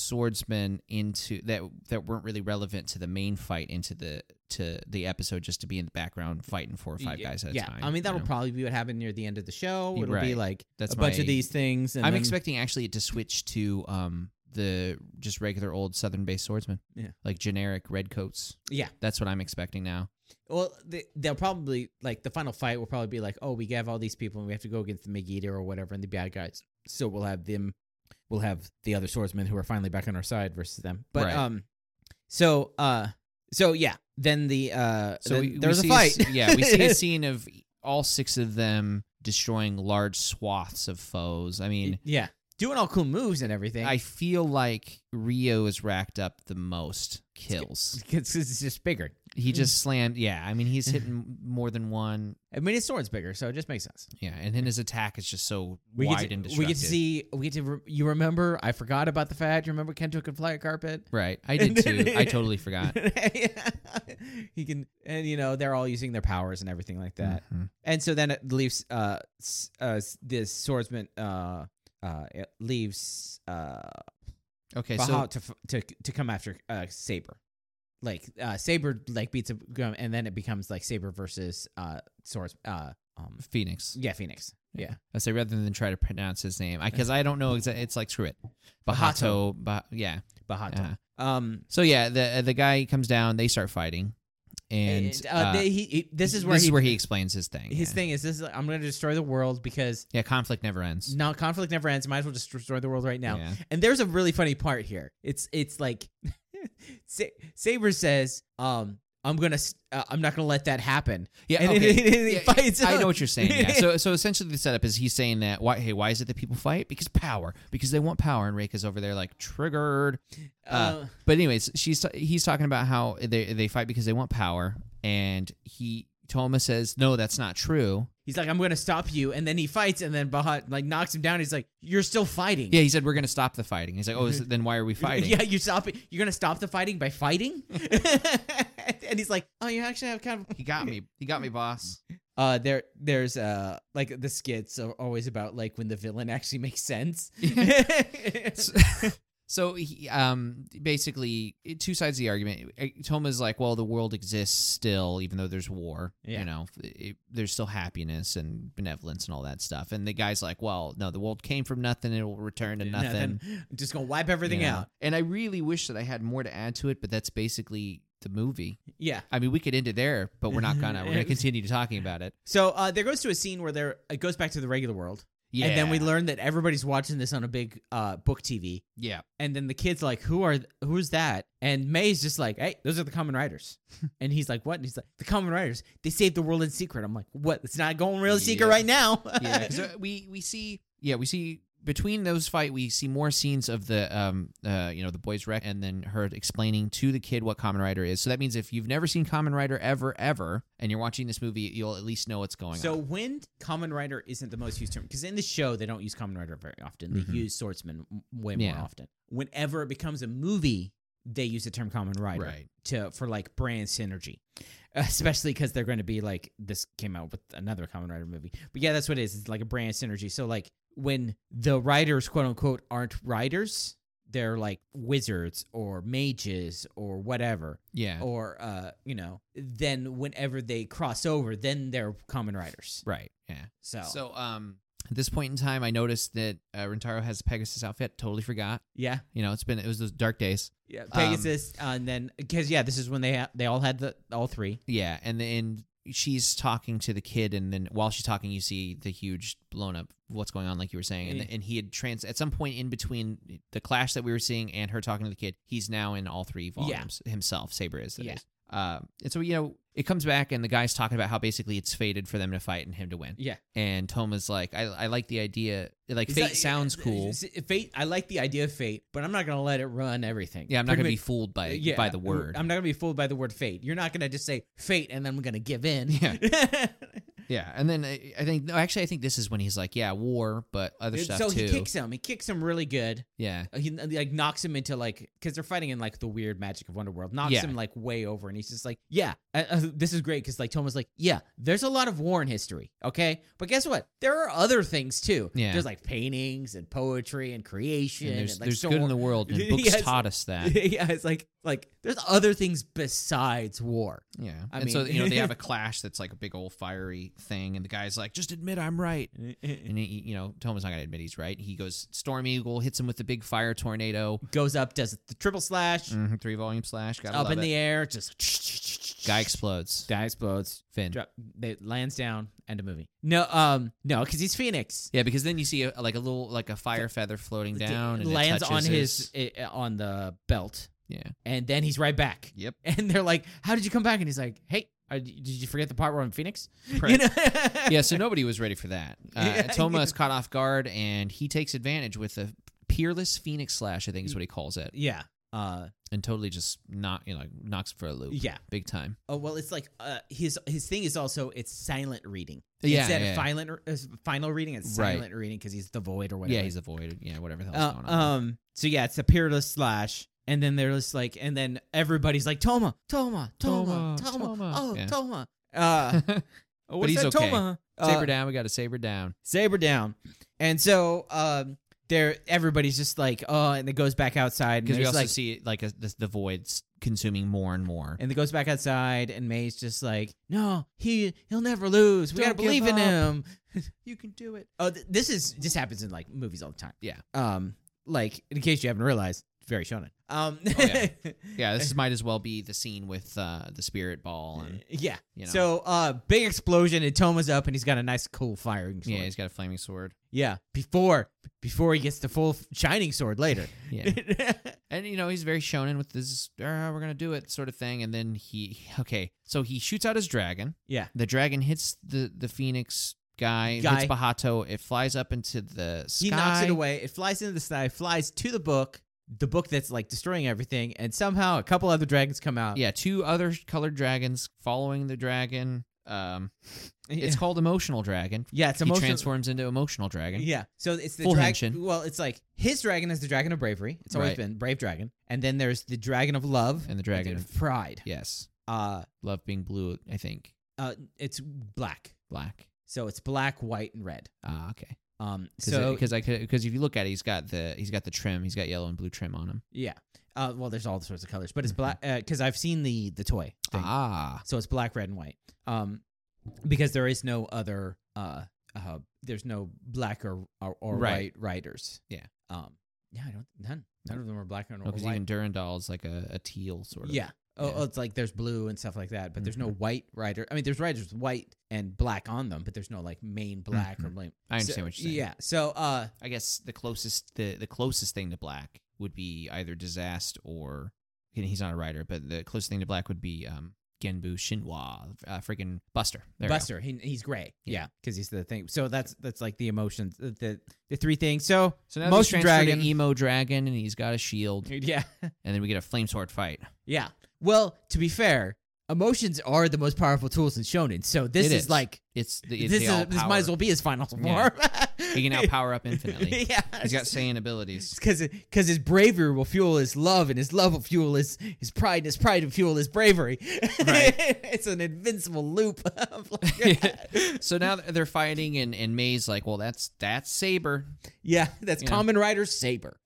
swordsmen into that that weren't really relevant to the main fight into the to the episode just to be in the background fighting four or five guys at a
yeah.
time.
I mean,
you
that'll
know?
probably be what happened near the end of the show.
Y-
It'll be
right.
like
That's
a bunch
my-
of these things. And
I'm
then-
expecting actually it to switch to um the just regular old southern based swordsmen.
Yeah.
Like generic redcoats.
Yeah.
That's what I'm expecting now.
Well, they, they'll probably like the final fight will probably be like, oh, we have all these people and we have to go against the Megiddo or whatever and the bad guys. So we'll have them, we'll have the other swordsmen who are finally back on our side versus them. But
Right.
um, so uh, so yeah, then the uh,
So
then
we, we
there's
see
a fight.
s- yeah, we see a scene of all six of them destroying large swaths of foes. I mean,
yeah, doing all cool moves and everything.
I feel like Rio has racked up the most kills.
because it's just bigger.
He
Mm.
just slammed. Yeah, I mean, he's hitting more than one.
I mean, his sword's bigger, so it just makes sense.
Yeah, and then his attack is just so
We
wide
get to,
and
we get
destructive.
to see we get to re- you remember I forgot about the fact you remember Kento can fly a carpet.
Right, I did too. I totally forgot.
he can, and you know they're all using their powers and everything like that.
Mhm.
And so then it leaves uh, s- uh s- this swordsman uh uh it leaves uh
Okay, so
Baha to f- to to come after uh Saber. Like uh Saber like beats up Gum and then it becomes like Saber versus uh swords uh um
Phoenix.
yeah Phoenix. Yeah.
I say rather than try to pronounce his name, because I, don't know exactly. It's like screw it, Bahato. Bah- yeah.
Bahato.
uh-huh.
Um
So yeah, the the guy comes down. They start fighting, and,
and, uh,
uh,
they, he, he this is where
this
he,
is where he explains his thing.
his
yeah.
thing is this is I'm going to destroy the world because
Yeah, conflict never ends.
No, conflict never ends. Might as well just destroy the world right now.
Yeah.
And there's a really funny part here. It's it's like Sa- Saber says, um, "I'm gonna, s- uh, I'm not gonna let that happen."
Yeah,
And
okay.
it- it- it
Yeah,
fights
I know
up.
what you're saying. Yeah. So, so essentially, the setup is he's saying that why? Hey, why is it that people fight? Because power. Because they want power. And Reika's over there like triggered.
Uh,
Uh, But anyways, she's he's talking about how they they fight because they want power, and he Toma says no, that's not true.
he's like, "I'm gonna stop you," and then he fights, and then Bahat like knocks him down. He's like, "You're still fighting."
Yeah, he said we're gonna stop the fighting. He's like, oh, is it, then why are we fighting?
Yeah, you stop it. You're gonna stop the fighting by fighting, and he's like, "Oh, you actually have kind of
He got me. He got me, boss.
Uh, there, there's uh, like the skits are always about like when the villain actually makes sense.
So- So he, um, basically, it- two sides of the argument. Eh, Toma's like, well, the world exists still, even though there's war.
Yeah.
You know, it, there's still happiness and benevolence and all that stuff. And the guy's like, well, no, the world came from nothing; it will return to nothing.
I'm just gonna wipe everything
you know?
out.
And I really wish that I had more to add to it, but that's basically the movie.
Yeah.
I mean, we could end it there, but we're not gonna. We're gonna continue talking about it.
So uh, there goes to a scene where there it goes back to the regular world,
Yeah.
and then we learn that everybody's watching this on a big uh book TV,
Yeah.
and then the kids like, who are th- who's that? And May's just like, hey, those are the Common Riders, and he's like, what? And he's like, the Common Riders, they saved the world in secret. I'm like, what? It's not going real secret
Yeah.
right now.
yeah, because we we see yeah we see between those fight we see more scenes of the um uh you know the boys wreck and then her explaining to the kid what Common Rider is. So that means if you've never seen Common Rider ever ever and you're watching this movie, you'll at least know what's going
So
on.
when common writer isn't the most used term, because in the show they don't use common writer very often. They
Mhm.
use swordsman m- way more
Yeah.
often. Whenever it becomes a movie, they use the term common writer
Right.
to for like brand synergy, especially because they're going to be like this came out with another common writer movie. But yeah, that's what it is. It's like a brand synergy. So like when the writers quote unquote aren't writers, they're like wizards or mages or whatever
Yeah.
or uh you know then whenever they cross over then they're common writers
Right. Yeah.
so,
So um at this point in time, I noticed that uh, Rentaro has a Pegasus outfit. Totally forgot.
yeah uh,
You know, it's been it was those dark days. Um,
yeah Pegasus and then because yeah this is when they ha- they all had the all three
Yeah, and then she's talking to the kid, and then while she's talking, you see the huge blown up what's going on, like you were saying, and
Yeah.
and he had trans at some point in between the clash that we were seeing and her talking to the kid. He's now in all three volumes himself. Saber is that
Yeah.
is. Um, and so you know it comes back, and the guy's talking about how basically it's fated for them to fight and him to win.
Yeah.
And Toma's like, I I like the idea. Like fate sounds cool.
Fate. I like the idea of fate, but I'm not gonna let it run everything.
Yeah, I'm not
Pretty
gonna be
much- uh,
fooled by
yeah,
by the word.
I'm not gonna be fooled by the word fate. You're not gonna just say fate and then I'm gonna give in.
Yeah.
And
yeah, and then I, I think no, actually, I think this is when he's like, yeah, war, but other stuff
so
too.
he kicks him. He kicks him really good. Uh,
yeah,
He like knocks him into like because they're fighting in like the weird magic of Wonderworld. Knocks
Yeah.
him like way over, and he's just like, "Yeah, uh, uh, this is great." Because like Tom was like, "Yeah, there's a lot of war in history, okay, but guess what? There are other things too.
Yeah.
there's like paintings and poetry and creation.
and there's
and, like,
there's
so
good in
on.
the world, and books
Yes.
taught us that.
yeah, it's like like there's other things besides war.
Yeah,
I
and so
mean-
you know they have a clash that's like a big old fiery thing, and the guy's like, just admit I'm right. And he, you know, Toma's not gonna admit he's right. He goes Storm Eagle hits him with the big fire tornado,
Goes up, does the triple slash
Mhm, three volume slash. Gotta
Mm-hmm. up
love
in
it.
the air, just
guy explodes.
guy explodes,
Finn.
drop, they lands down, end of movie. No, um, no, because he's Phoenix.
Yeah, because then you see a, like a little like a fire feather floating down, and it
lands on
touches
his, i- on the belt,
yeah,
and then he's right back.
yep.
And they're like, "How did you come back?" And he's like, "Hey, are, did you forget the part where I'm Phoenix?" You
Right.
know?
yeah, so nobody was ready for that. Uh,
Yeah.
Toma is caught off guard, and he takes advantage with the peerless phoenix slash. I think is
Mm.
what he calls it,
yeah, uh,
and totally just not you know like, knocks for a loop,
yeah.
big time.
Oh well, it's like uh, his his thing is also it's silent reading
Yeah,
instead
yeah.
of silent uh, final reading. It's
Right.
silent reading because he's the void or whatever.
Yeah, he's avoided. Yeah, whatever the hell's
uh,
going on.
um. So yeah, it's a peerless slash, and then they're just like, and then everybody's like, Toma, Toma, Toma,
Toma,
Toma,
Toma."
oh
Yeah.
Toma. Uh, oh, what's
he's
that,
okay.
Toma?
saber
Uh,
down. We got to saber down.
saber down. And so um, there, everybody's just like, oh, and it goes back outside, and
Because we
there's
also
like,
see like a, the, the void's consuming more and more.
and it goes back outside, and May's just like, no, he he'll never lose. We gotta
Don't give
believe in
up."
him.
you can do it.
Oh, th- this is this happens in like movies all the time.
Yeah.
Um, like in case you haven't realized, it's very shonen. Um,
Oh, yeah. Yeah, this is, might as well be the scene with uh, the spirit ball, and
yeah.
you know,
So, uh, big explosion and Toma's up, and he's got a nice, cool firing sword.
yeah,
Yeah,
he's got a flaming sword.
Before before he gets the full f- shining sword later.
Yeah. And you know he's very shonen with this "Ah, we're gonna do it sort of thing. And then he okay, so he shoots out his dragon.
Yeah.
the dragon hits the the phoenix guy,
Guy.
hits Bahato. It flies up into the sky.
he knocks it away. It flies into the sky, flies to the book, the book that's like destroying everything, and somehow a couple other dragons come out.
Yeah, two other colored dragons following the dragon. Um, it's called emotional dragon.
yeah, it's
he
emotional.
transforms into emotional dragon.
Yeah. So it's the
Full
dragon.
henshin.
Well, it's like his dragon is the dragon of bravery. It's always
Right.
been brave dragon. And then there's the dragon of love
And the dragon
of pride.
Yes,
Uh,
love being blue. I think
uh, it's black.
black.
So it's black, white, and red.
Ah, okay.
Um,
Cause
so
because I could because if you look at it, he's got the he's got the trim. He's got yellow and blue trim on him.
yeah. Uh, well, there's all sorts of colors, but it's
Mhm.
black because I've seen the the toy thing.
Ah,
So it's black, red, and white. Um, because there is no other uh, uh there's no black or or, or
Right.
white writers.
Yeah.
Um, yeah, I don't none none of them are black or, or
because
white.
Oh, even Durandal's like a, a teal sort of.
Yeah. Oh,
Yeah. Mm-hmm.
oh, it's like there's blue and stuff like that, but there's no white rider. I mean, there's riders with white and black on them, but there's no like main black or blame.
Mm-hmm. I understand what you're saying.
Yeah. So, uh,
I guess the closest the, the closest thing to black would be either Disaster or and he's not a writer, but the closest thing to black would be um Genbu Shinwa, uh, freaking Buster. There we go.
Buster, he, he's gray.
Yeah.
Yeah, because he's the thing. So that's that's like the emotions, the the, the three things. So
So now
Motion
Motion Dragon,
Dragon.
emo dragon, and he's got a shield,
yeah,
and then we get a flame sword fight.
yeah. Well, to be fair, emotions are the most powerful tools in shonen. So this
It
is,
is.
like
It's the it's
this
the
is
all
this might as
power.
well be his final form.
Yeah. He can now power up infinitely.
yeah,
He's got saiyan abilities.
because because his bravery will fuel his love and his love will fuel his his pride and his pride will fuel his bravery.
Right.
it's an invincible loop. of like-
So now they're fighting, and and May's like, well, that's that's saber.
yeah, that's
Yeah.
Common Rider Saber.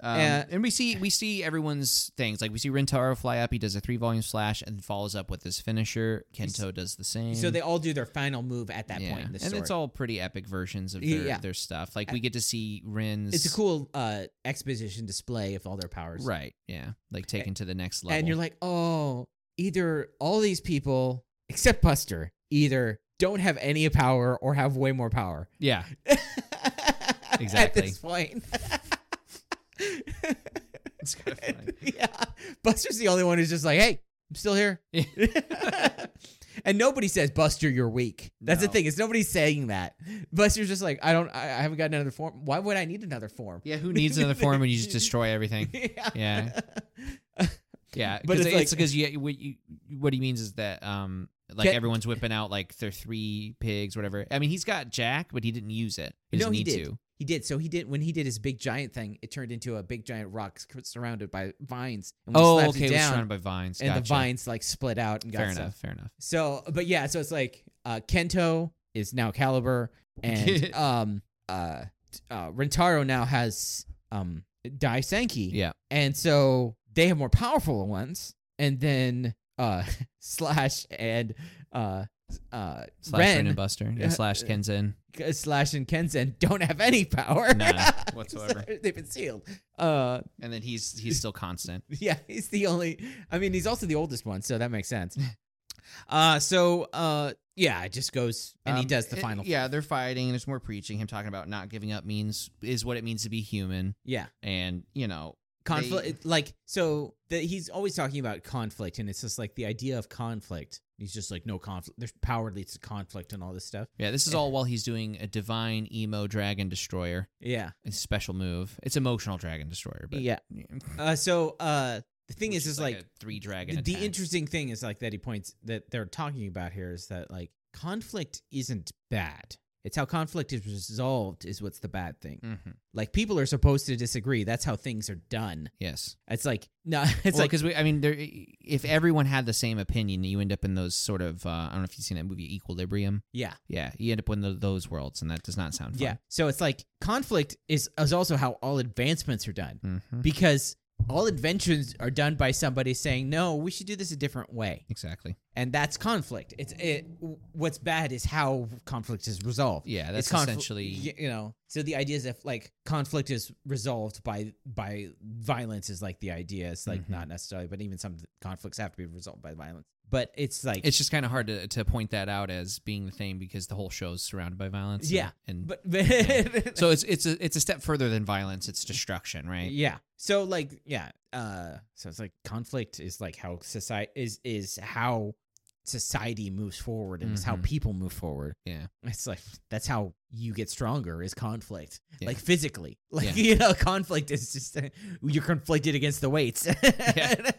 Um,
Uh,
and we see we see everyone's things. Like we see Rentaro fly up. He does a three volume slash and follows up with his finisher. Kento does the same.
So they all do their final move at that point in the
Mm. and
story.
it's all pretty epic versions of their,
Yeah.
their stuff. Like we get to see Rin's.
It's a cool uh, exposition display of all their powers.
right? Yeah, like taken to the next level.
And you're like, oh, either all these people except Buster, either don't have any power or have way more power.
Yeah.
At
Exactly.
this point.
It's kind of funny.
yeah. Buster's the only one who's just like, hey, I'm still here. and nobody says, Buster, you're weak. That's the
No.
thing, is nobody's saying that. Buster's just like, I don't I, I haven't got another form. Why would I need another form?
Yeah, who needs another form when you just destroy everything?
Yeah.
Yeah. Yeah,
But
but
it's
it's
like-
because you, what you what he means is that um like
Get-
everyone's whipping out like their three pigs whatever. I mean he's got Jack, but he didn't use it. He
No,
doesn't
he
need
did.
to.
He did. So he did when he did his big giant thing, it turned into a big giant rock s- surrounded by vines. And when he
Oh,
slapped
okay.
it
It was
down,
surrounded by vines.
and the
Gotcha.
vines like split out and got
Fair
stuff.
enough. Fair enough.
So, but yeah, so it's like uh Kento is now Caliber, and um uh, t- uh Rentaro now has um Dai Senki,
Yeah.
and so they have more powerful ones, and then uh Slash and uh uh
Slash Ren,
Ren
and Buster. Yeah.
Uh,
slash Kenzen.
K- Slash and Kenzen don't have any power
None whatsoever.
So They've been sealed. Uh,
And then he's he's still constant.
yeah, he's the only. I mean, he's also the oldest one, so that makes sense. Uh, so uh, yeah, it just goes and he
Um,
does the
it-
final.
yeah, they're fighting. and There's more preaching. Him talking about not giving up means is what it means to be human.
yeah,
And you know,
conflict. it- like so, the, he's always talking about conflict, and it's just like the idea of conflict. He's just like no conflict. There's power leads to conflict and all this stuff.
yeah, this is all while he's doing a divine emo dragon destroyer.
Yeah,
It's a special move. It's emotional dragon destroyer, but
yeah. Uh, so uh, the thing is, is like,
a three dragon.
the, the
attack.
interesting thing is like that he points that they're talking about here is that like conflict isn't bad. It's how conflict is resolved is what's the bad thing.
Mhm.
Like people are supposed to disagree. That's how things are done.
Yes,
It's like no, it's
it's well,
like
because we. I mean, there, if everyone had the same opinion, you end up in those sort of. Uh, I don't know if you've seen that movie Equilibrium.
yeah,
Yeah, you end up in tho- those worlds, and that does not sound
yeah.
fun.
So it's like conflict is is also how all advancements are done
hmm
because all inventions are done by somebody saying no, we should do this a different way,
exactly.
and that's conflict. It's it. What's bad is how conflict is resolved.
Yeah, that's
confl-
essentially.
y- you know so the idea is if like conflict is resolved by by violence is like the idea it's like
Mhm.
not necessarily but even some conflicts have to be resolved by violence but it's like
It's just kind of hard to, to point that out as being the thing because the whole show's surrounded by violence. and-
Yeah,
and,
but
so it's it's a it's a step further than violence. It's destruction, right?
yeah so like yeah uh so it's like conflict is like how society is is how society moves forward and it's how
Mhm.
people move forward
Yeah.
it's like that's how you get stronger is conflict
Yeah.
like physically like
Yeah.
you know conflict is just you're conflicted against the weights
Yeah.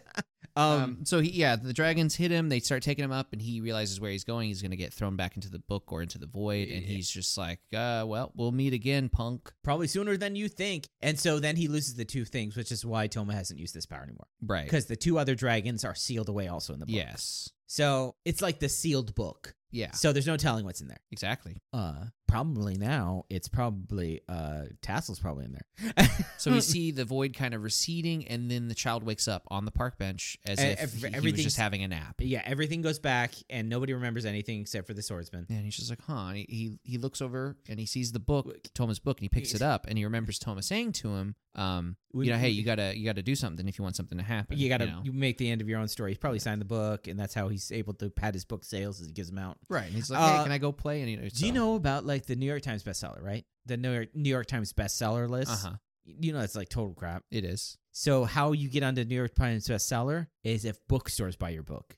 um,
Um, so he, yeah, the dragons hit him. They start taking him up, and he realizes where he's going. He's going to get thrown back into the book or into the void, and
Yeah.
he's just like, uh, "Well, we'll meet again, punk."
probably sooner than you think and so then he loses the two things which is why toma hasn't used this power anymore
Right?
because the two other dragons are sealed away also in the book
Yes.
so it's like the sealed book
Yeah.
so there's no telling what's in there
Exactly.
uh probably now it's probably uh tassel's probably in there
So we see the void kind of receding, and then the child wakes up on the park bench as
And
if
E-, ev-
he- he was
everything's-
just having a nap.
yeah everything goes back and nobody remembers anything except for the swordsman
And he's just like, huh? And he, he he looks over and he sees the book, Thomas' book, and he picks it up, and he remembers Thomas saying to him, um,
We-
you know, hey,
we-
you gotta you gotta do something if you want something to happen.
you gotta
know?
you make the end of your own story. He's probably signed the book, and that's how he's able to pad his book sales as he gives them out.
right. And he's like,
Uh,
hey, can I go play? And you know,
Do you know about like the New York Times bestseller, right? The New York, New York Times bestseller list.
Uh huh.
You know that's like total crap.
It is.
So how you get onto New York Times bestseller is if bookstores buy your book.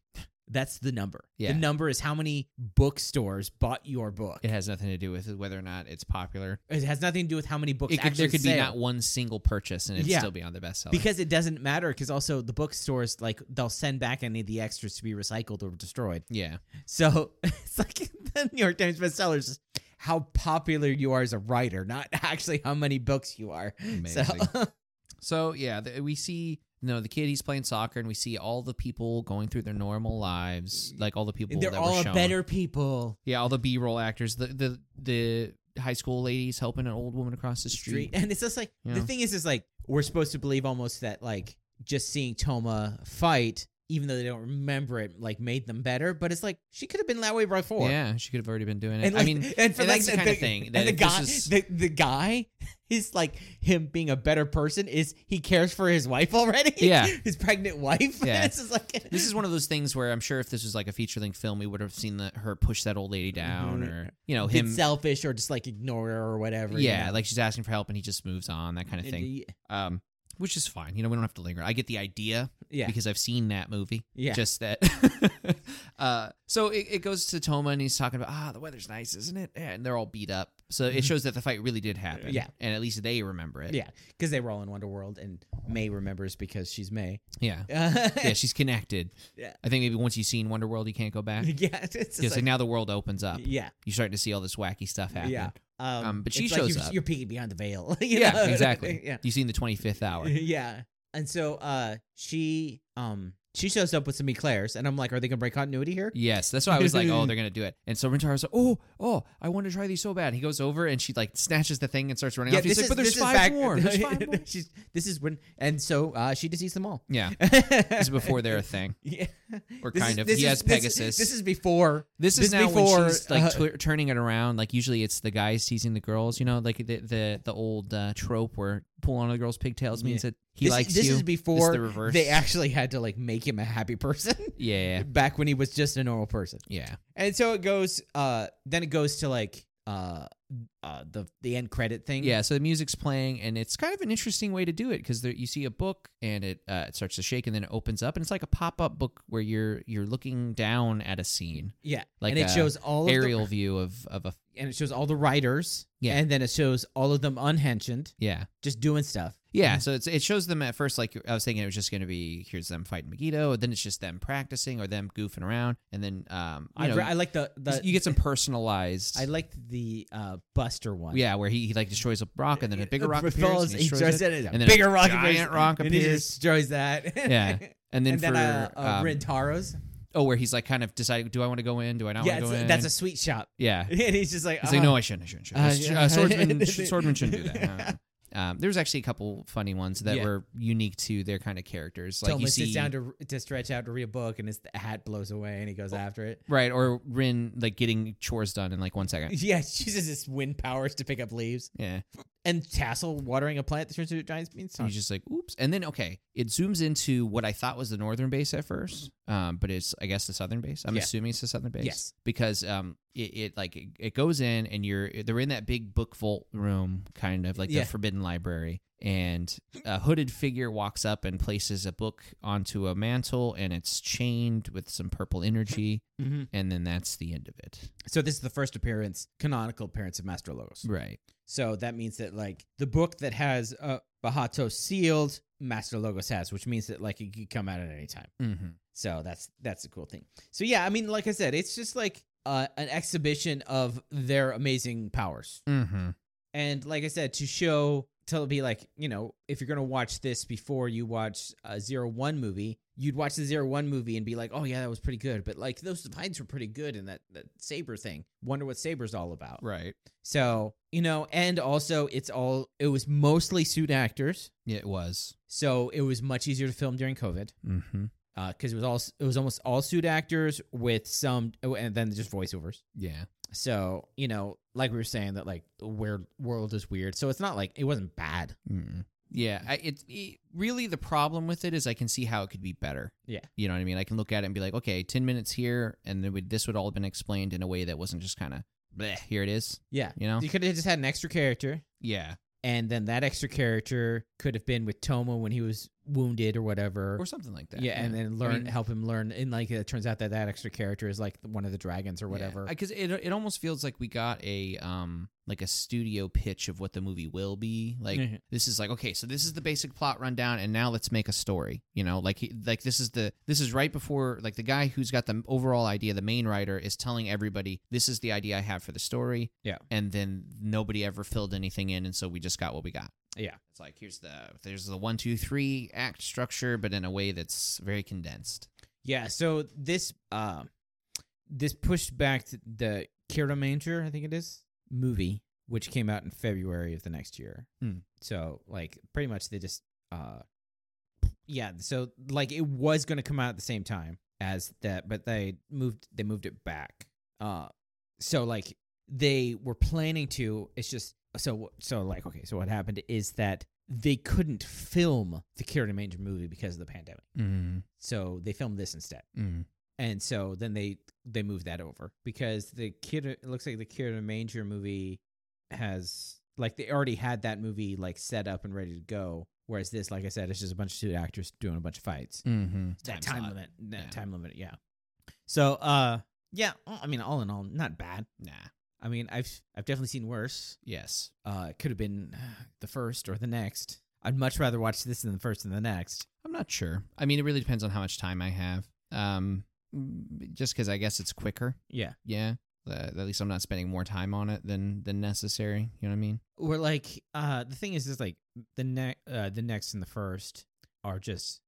That's the number.
Yeah.
The number is how many bookstores bought your book.
It has nothing to do with whether or not it's popular.
It has nothing to do with how many books
It could,
actually
there could
sell.
be not one single purchase and it'd
Yeah.
still be on the bestseller.
because it doesn't matter. Because also the bookstores like they'll send back any of the extras to be recycled or destroyed.
yeah,
So it's like the New York Times bestsellers is how popular you are as a writer, not actually how many books you are.
amazing. So,
So
yeah, th- we see you know the kid he's playing soccer and we see all the people going through their normal lives, like all the people
they're
that
all
were shown.
better people.
Yeah, all the B roll actors, the the the high school ladies helping an old woman across the
Street.
street.
And it's just like the
Yeah.
thing is is like we're supposed to believe almost that like just seeing Toma fight, even though they don't remember it, like made them better. But it's like she could have been that way before.
Yeah, she could have already been doing it.
And like,
I mean,
and for
and
like
that's the kind of thing
and
that
the
if this
guy,
is-
the, the guy his like him being a better person is he cares for his wife already.
Yeah.
his pregnant wife.
Yeah.
this is like
This is one of those things where I'm sure if this was like a feature length film, we would have seen the, her push that old lady down,
Mhm.
or you know
bit
him.
selfish or just like ignore her or whatever. you
Yeah,
know?
like she's asking for help and he just moves on, that kind of
And
thing.
he-
Um, which is fine. You know, we don't have to linger. I get the idea
yeah,
because I've seen that movie.
yeah.
Just that. uh, so it, it goes to Toma and he's talking about ah, the weather's nice, isn't it? Yeah, and they're all beat up. So it shows that the fight really did happen.
Mm-hmm. Yeah.
and at least they remember it.
yeah, because they were all in Wonderworld, and May remembers because she's May.
yeah, yeah.
yeah,
She's connected.
Yeah.
I think maybe once you've seen Wonderworld, you can't go back.
yeah, it's just
Because like,
like-
now the world opens up.
yeah,
You're starting to see all this wacky stuff happen.
yeah. Um,
Um, but she
it's like
shows
you're,
up.
You're peeking behind the veil. you know?
Yeah, exactly.
yeah,
You've seen the 25th hour.
yeah. And so uh, she um she shows up with some eclairs, and I'm like, are they gonna break continuity here?
Yes, that's why I was like, oh, they're gonna do it. And so Rintaro's like, oh, oh, I want to try these so bad. He goes over and she like snatches the thing and starts running off. He's like, but there's
is
five
back-
more. There's five more.
She's, this is when, and so uh, she deceives them all.
Yeah,
this
this is before they're a thing,
Yeah.
or
This is-
kind of.
this
He
is-
has
this-
Pegasus.
This is before.
This is
this
now
before,
when she's like
uh,
twi- turning it around. Like usually it's the guys teasing the girls. You know, like the the, the old uh, trope where pull on the girl's pigtails means that he
this,
likes
this
you.
is
It's
before
the reverse.
they actually had to like make him a happy person.
yeah,
Back when he was just a normal person.
yeah,
And so it goes. Uh, then it goes to like uh, uh, the the end credit thing.
yeah. So the music's playing, and it's kind of an interesting way to do it because you see a book, and it uh, it starts to shake, and then it opens up, and it's like a pop up book where you're you're looking down at a scene,
yeah.
like
and it
a
shows all of
aerial
the,
view of of a
and it shows all the writers.
Yeah.
And then it shows all of them unhentioned,
yeah.
just doing stuff.
Yeah, so it's, it shows them at first like I was thinking it was just going to be here's them fighting Megiddo, and then it's just them practicing or them goofing around, and then um you
I,
know
re- I like the, the
you get some personalized
I liked the uh, Buster one.
yeah where he, he like destroys a rock and then a bigger rock
Uh,
appears
falls,
and he destroys it,
it,
and
and
then
then
a
bigger rock
giant
appears,
rock
and he
appears.
destroys that.
Yeah. and then
and then
for
uh, uh,
um,
Rintaro's.
oh where he's like kind of deciding do I want to go in do I not
Yeah,
want to go
it's-
in
that's a sweet shop.
yeah
And he's just like,
It's like,
uh,
no, I shouldn't. I shouldn't. shouldn't.
Uh,
Uh, sh-
yeah.
uh, swordsman, sh- swordsman shouldn't do that. Uh, Um, there was actually a couple funny ones that
Yeah.
were unique to their kind of characters. Like
Toma
you
sits
see,
down to to stretch out to read a book, and his hat blows away, and he
Oh.
goes after it.
right, or Rin like getting chores done in like one second.
Yeah, she uses his wind powers to pick up leaves,
Yeah,
and Tassel watering a plant that turns into a giant beanstalk.
he's just like, oops. And then okay, it zooms into what I thought was the northern base at first, um, but it's I guess the southern base. I'm
Yeah.
assuming it's the southern base.
Yes.
because um, it, it like it, it goes in and you're they're in that big book vault room, kind of like
Yeah.
the forbidden library. And a hooded figure walks up and places a book onto a mantle, and it's chained with some purple energy,
Mm-hmm.
and then that's the end of it.
So this is the first appearance, canonical appearance of Master Logos.
Right.
So that means that like the book that has uh, Bahato sealed, Master Logos has, which means that like it could come out at any time.
Mm-hmm.
So that's that's a cool thing. So yeah, I mean, like I said, it's just like uh, an exhibition of their amazing powers,
Mm-hmm.
and like I said, to show to be like you know, if you're gonna watch this before you watch a Zero One movie, you'd watch the Zero One movie and be like, oh yeah, that was pretty good, but like those fights were pretty good, and that that saber thing. Wonder what saber's all about.
Right.
So, you know, and also it's all it was mostly suit actors.
It was.
So it was much easier to film during COVID
Mm-hmm.
because it was all it was almost all suit actors with some oh, and then just voiceovers.
Yeah.
So you know, like we were saying that like the weird world is weird. So it's not like it wasn't bad.
Mm-mm. Yeah, I, it, it- really the problem with it is I can see how it could be better.
Yeah.
you know what I mean. I can look at it and be like, okay, ten minutes here, and then would, this would all have been explained in a way that wasn't just kind of, bleh, here it is.
Yeah,
You know?
you could have just had an extra character,
Yeah,
and then that extra character could have been with Toma when he was wounded or whatever.
or something like that.
yeah, and then learn
I mean-
help him learn. And like it turns out that that extra character is like one of the dragons or whatever.
Because it it almost feels like we got a um like a studio pitch of what the movie will be. Like
Mhm.
this is like okay, so this is the basic plot rundown, and now let's make a story. You know, like he, like this is the this is right before like the guy who's got the overall idea, the main writer, is telling everybody this is the idea I have for the story.
Yeah.
and then nobody ever filled anything in, and so we just got what we got.
Yeah.
it's like here's the there's the one two three act structure, but in a way that's very condensed.
Yeah, so this uh, this pushed back th- the Kira Manger, I think it is, movie, which came out in February of the next year.
Hmm.
So like pretty much they just uh yeah, so like it was gonna come out at the same time as that, but they moved they moved it back. Uh so like they were planning to, it's just so wh- so like okay, so what happened is that they couldn't film the Kieran Manger movie because of the pandemic. Mm-hmm.
Mm,
So they filmed this instead.
mm.
And so then they they moved that over because the kid it looks like the Kieran Manger movie has like they already had that movie like set up and ready to go. Whereas this, like I said, it's just a bunch of two actors doing a bunch of fights.
Mm-hmm.
That
Time
time
slot.
limit. That
Yeah.
time limit, yeah. So uh yeah, I mean all in all, not bad.
Nah.
I mean I've I've definitely seen worse.
Yes.
Uh, it could have been the first or the next. I'd much rather watch this than the first and the next.
I'm not sure. I mean, it really depends on how much time I have. Um, just because I guess it's quicker.
Yeah.
Yeah. Uh, at least I'm not spending more time on it than than necessary. You know what I mean?
Or like, uh, the thing is, is like the ne- uh, the next and the first are just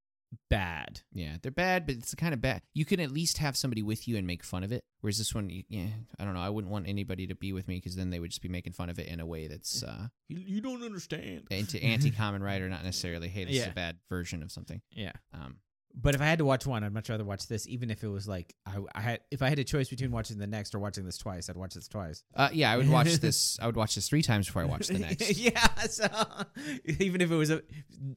bad.
Yeah, they're bad, but it's kind of bad. You can at least have somebody with you and make fun of it. Whereas this one, you, yeah, I don't know. I wouldn't want anybody to be with me because then they would just be making fun of it in a way that's uh,
You, you don't understand.
anti anti common right or not necessarily. Hey, this is
Yeah.
a bad version of something.
Yeah.
Um,
But if I had to watch one, I'd much rather watch this, even if it was like I, I had if I had a choice between watching the next or watching this twice, I'd watch this twice.
uh, yeah, I would watch this. I would watch this three times before I watch the next.
yeah. So even if it was a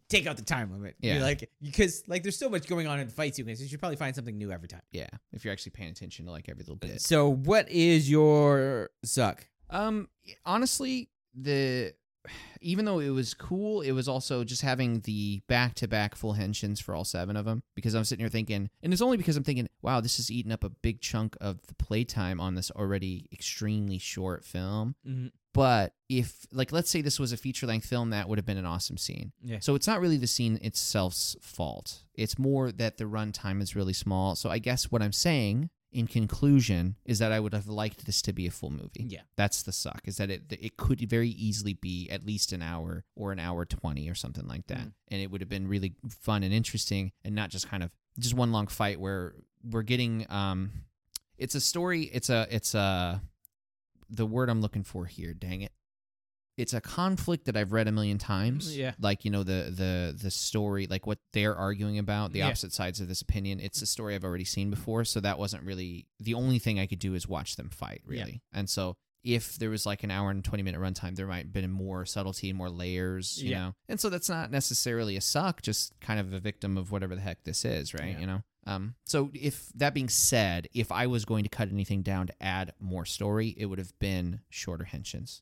take out the time limit. Be
Yeah.
Like because like there's so much going on in fight sequences, you should probably find something new every time.
Yeah, if you're actually paying attention to like every little bit.
So what is your suck?
Um, honestly, the even though it was cool, it was also just having the back to back full henshins for all seven of them because I'm sitting here thinking, and it's only because I'm thinking, wow, this is eating up a big chunk of the playtime on this already extremely short film.
Mhm.
But if, like, let's say this was a feature length film, that would have been an awesome scene.
Yeah.
So it's not really the scene itself's fault. It's more that the runtime is really small. So I guess what I'm saying in conclusion is that I would have liked this to be a full movie.
Yeah.
That's the suck is that it it could very easily be at least an hour or an hour 20 or something like that.
Mhm.
And it would have been really fun and interesting and not just kind of just one long fight where we're getting um it's a story, it's a it's a the word I'm looking for here, dang it. It's a conflict that I've read a million times.
Yeah.
Like, you know, the the the story, like what they're arguing about, the
Yeah.
opposite sides of this opinion. It's a story I've already seen before, so that wasn't really the only thing I could do is watch them fight,
Yeah.
really. And so if there was like an hour and 20 minute runtime, there might have been more subtlety and more layers, you
Yeah.
know? And so that's not necessarily a suck, just kind of a victim of whatever the heck this is, right?
Yeah.
You know? Um, so if that being said, if I was going to cut anything down to add more story, it would have been shorter henshins.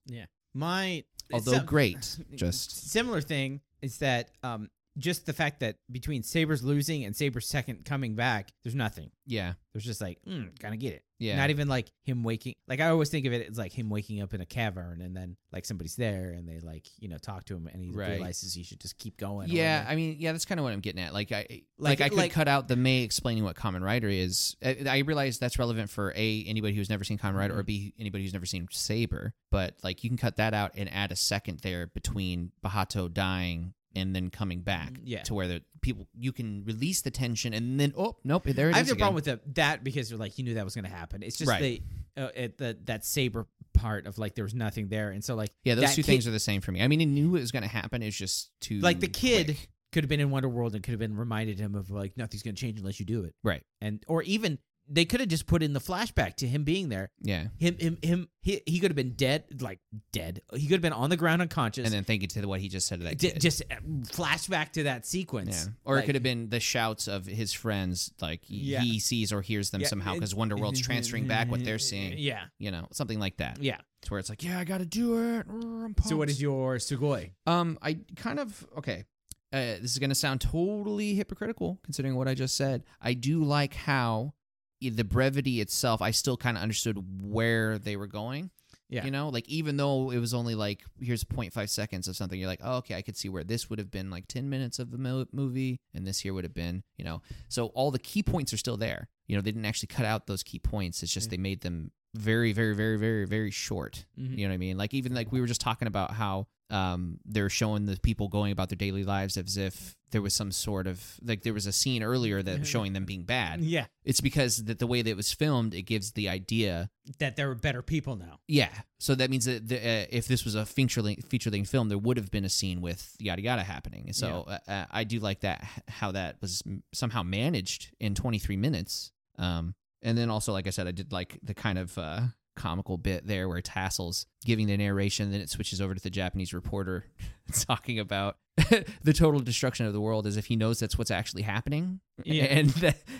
My
Although
some-
great, just
similar thing is that um just the fact that between Sabers losing and Sabers second coming back, there's nothing.
yeah,
There's just like mm, kind of get it.
yeah,
Not even like him waking. Like I always think of it as like him waking up in a cavern and then like somebody's there and they like you know talk to him and he
Right.
realizes he should just keep going. or
yeah.
whatever.
I mean, yeah, that's kind of what I'm getting at. Like, I like, I could
like-
cut out the May explaining what Common Rider is. I, I realize that's relevant for a anybody who's never seen Common Rider,
Mm-hmm.
or b anybody who's never seen Saber. But like, you can cut that out and add a second there between Bahato dying and then coming back.
Mm, yeah.
To where the people you can release the tension and then oh nope there it is
I have no
again.
problem with the, that because you're like you knew that was going to happen. It's just
Right.
the, uh, it, the that saber part of like there was nothing there, and so like
yeah those
that
two
kid-
things are the same for me I mean I knew it was going to happen it's just too
like the kid
quick.
could have been in Wonder World and could have been reminded him of like nothing's going to change unless you do it.
Right.
And or even they could have just put in the flashback to him being there.
yeah
Him him him he he could have been dead like dead. He could have been on the ground unconscious.
and then thinking to what he just said to that
d-
kid.
just uh, flashback to that
Yeah.
sequence.
Or it
Like-
could have been the shouts of his friends, like
Yeah.
he sees or hears them
Yeah,
somehow
it-
because Wonderworld's transferring back what they're seeing,
Yeah.
you know, something like that.
Yeah.
It's where it's like, yeah, I got to do it. Urgh, I'm
So what
pumped.
is your sugoi?
Um, I kind of okay. Uh, this is gonna sound totally hypocritical considering what I just said. I do like how i- the brevity itself. I still kind of understood where they were going.
Yeah.
you know, like even though it was only like here's 0.5 seconds of something, you're like, oh, okay, I could see where this would have been like 10 minutes of the mo- movie, and this here would have been, you know. So all the key points are still there. You know, they didn't actually cut out those key points. It's just
Yeah.
they made them very, very, very, very, very short.
Mhm.
You know what I mean? Like even like we were just talking about how um they're showing the people going about their daily lives as if there was some sort of like there was a scene earlier that was showing them being bad.
Yeah.
It's because that the way that it was filmed, it gives the idea
That there were better people now.
yeah. So that means that the, uh, if this was a feature length feature length film, there would have been a scene with yada yada happening. So uh, uh, I do like that h- how that was m- somehow managed in 23 minutes. Um, and then also, like I said, I did like the kind of uh, comical bit there where Tassel's giving the narration, then it switches over to the Japanese reporter talking about the total destruction of the world as if he knows that's what's actually happening.
Yeah.
And that,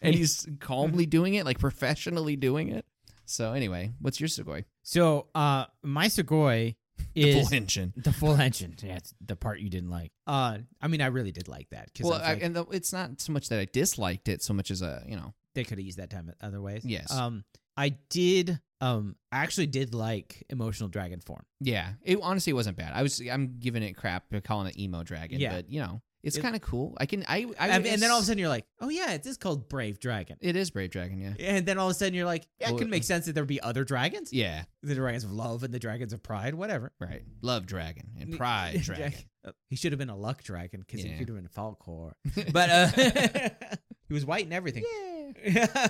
Mm-hmm. and he's calmly doing it, like professionally doing it. So anyway, what's your Sugoi?
So uh, my Sugoi
The
is
full engine.
the full engine. Yeah, it's the part you didn't like. Uh, I mean, I really did like that because
Well, I, and the, it's not so much that I disliked it so much as a, you know,
they could have used that time other ways.
Yes.
Um, I did. Um, I actually did like emotional dragon form.
yeah. It honestly wasn't bad. I was, I'm giving it crap for calling it emo dragon,
Yeah.
but you know, it's
It-
kind of cool. I can, I, I,
I mean,
would
and then all of a
ass-
sudden you're like, oh yeah, it is called brave dragon.
it is Brave Dragon, yeah.
And then all of a sudden you're like, yeah, it
Well, uh,
can make sense that there would be other dragons.
Yeah,
The dragons of love and the dragons of pride, whatever.
right. Love Dragon and Pride Dragon.
Uh, He should have been a luck dragon because
Yeah.
he could have been Falcor. But uh, he was white and everything.
yeah.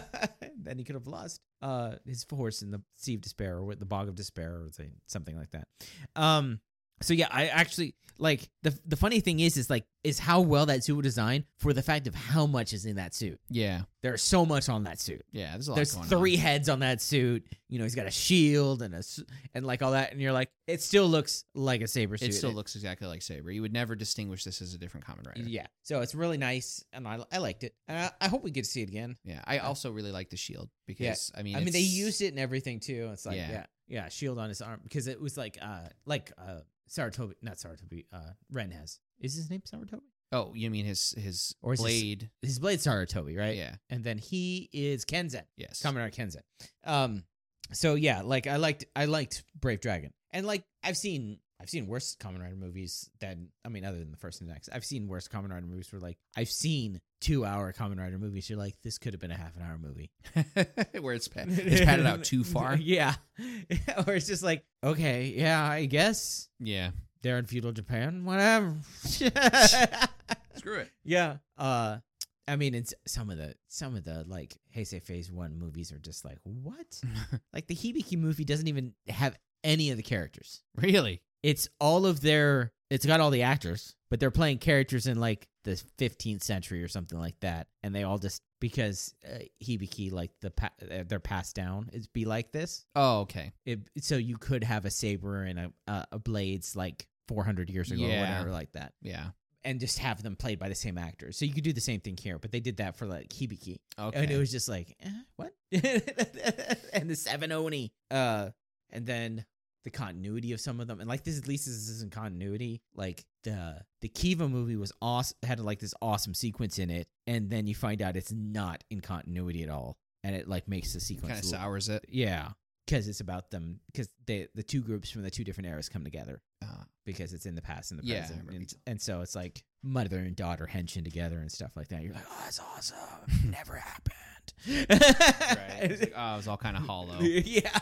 then he could have lost uh, his horse in the Sea of Despair or the Bog of Despair or something- something like that. Um, so yeah, I actually like the the funny thing is is like is how well that suit was designed for the fact of how much is in that suit.
Yeah,
There's so much on that suit.
yeah. There's a lot
There's
going
three
on.
heads on that suit. You know, he's got a shield and a s- and like all that, and you're like, it still looks like a saber suit.
It still looks exactly like Saber. You would never distinguish this as a different common writer. Yeah.
yeah. So it's really nice, and I I liked it, and I, I hope we get to see it again.
I also really like the shield because I mean,
I mean, they
it's-
used it in everything too. It's like
Yeah.
yeah, yeah, shield on his arm because it was like uh like uh Saratobi, not Saratobi, uh Ren has is his name Saratobi?
Oh, you mean his his
Or is this-
blade?
His blade Saratobi, right?
Yeah.
And then he is Kenzen,
Yes.
Kamen Rider Kenzen. Um, so yeah, like I liked I liked Brave Dragon, and like I've seen. I've seen worse Kamen Rider movies than I mean, other than the first and the next. I've seen worse Kamen Rider movies where like I've seen two hour Kamen Rider movies. You're like, this could have been a half an hour movie.
Where it's pa- it's padded out too far.
yeah. or it's just like, okay, yeah, I guess
Yeah.
they're in feudal Japan, whatever.
Screw it.
yeah. Uh I mean, it's some of the some of the like Heisei Phase 1 movies are just like, what? like the Hibiki movie doesn't even have any of the characters.
really?
It's all of their it's got all the actors, but they're playing characters in like the 15th century or something like that, and they all just because uh, Hibiki like the pa- they're passed down is be like this
Oh, okay.
it, so you could have a saber and a a, a blades like 400 years ago
Yeah.
or whatever like that
Yeah.
and just have them played by the same actors so you could do the same thing here but they did that for like hibiki
Okay.
and it was just like eh, what and the seven oni uh and then the continuity of some of them and like this at least this isn't continuity like the the kiva movie was awesome had like this awesome sequence in it and then you find out it's not in continuity at all and it like makes the sequence
kind of
look-
sours it.
yeah, because it's about them. Because they the two groups from the two different eras come together
Uh,
because it's in the past and the
Yeah, I
present,
remember you
and,
telling
and so it's like mother and daughter henching together and stuff like that. You're like, oh, that's awesome. It Never
right.
happened.
It's like, oh, it was all kind of hollow.
yeah.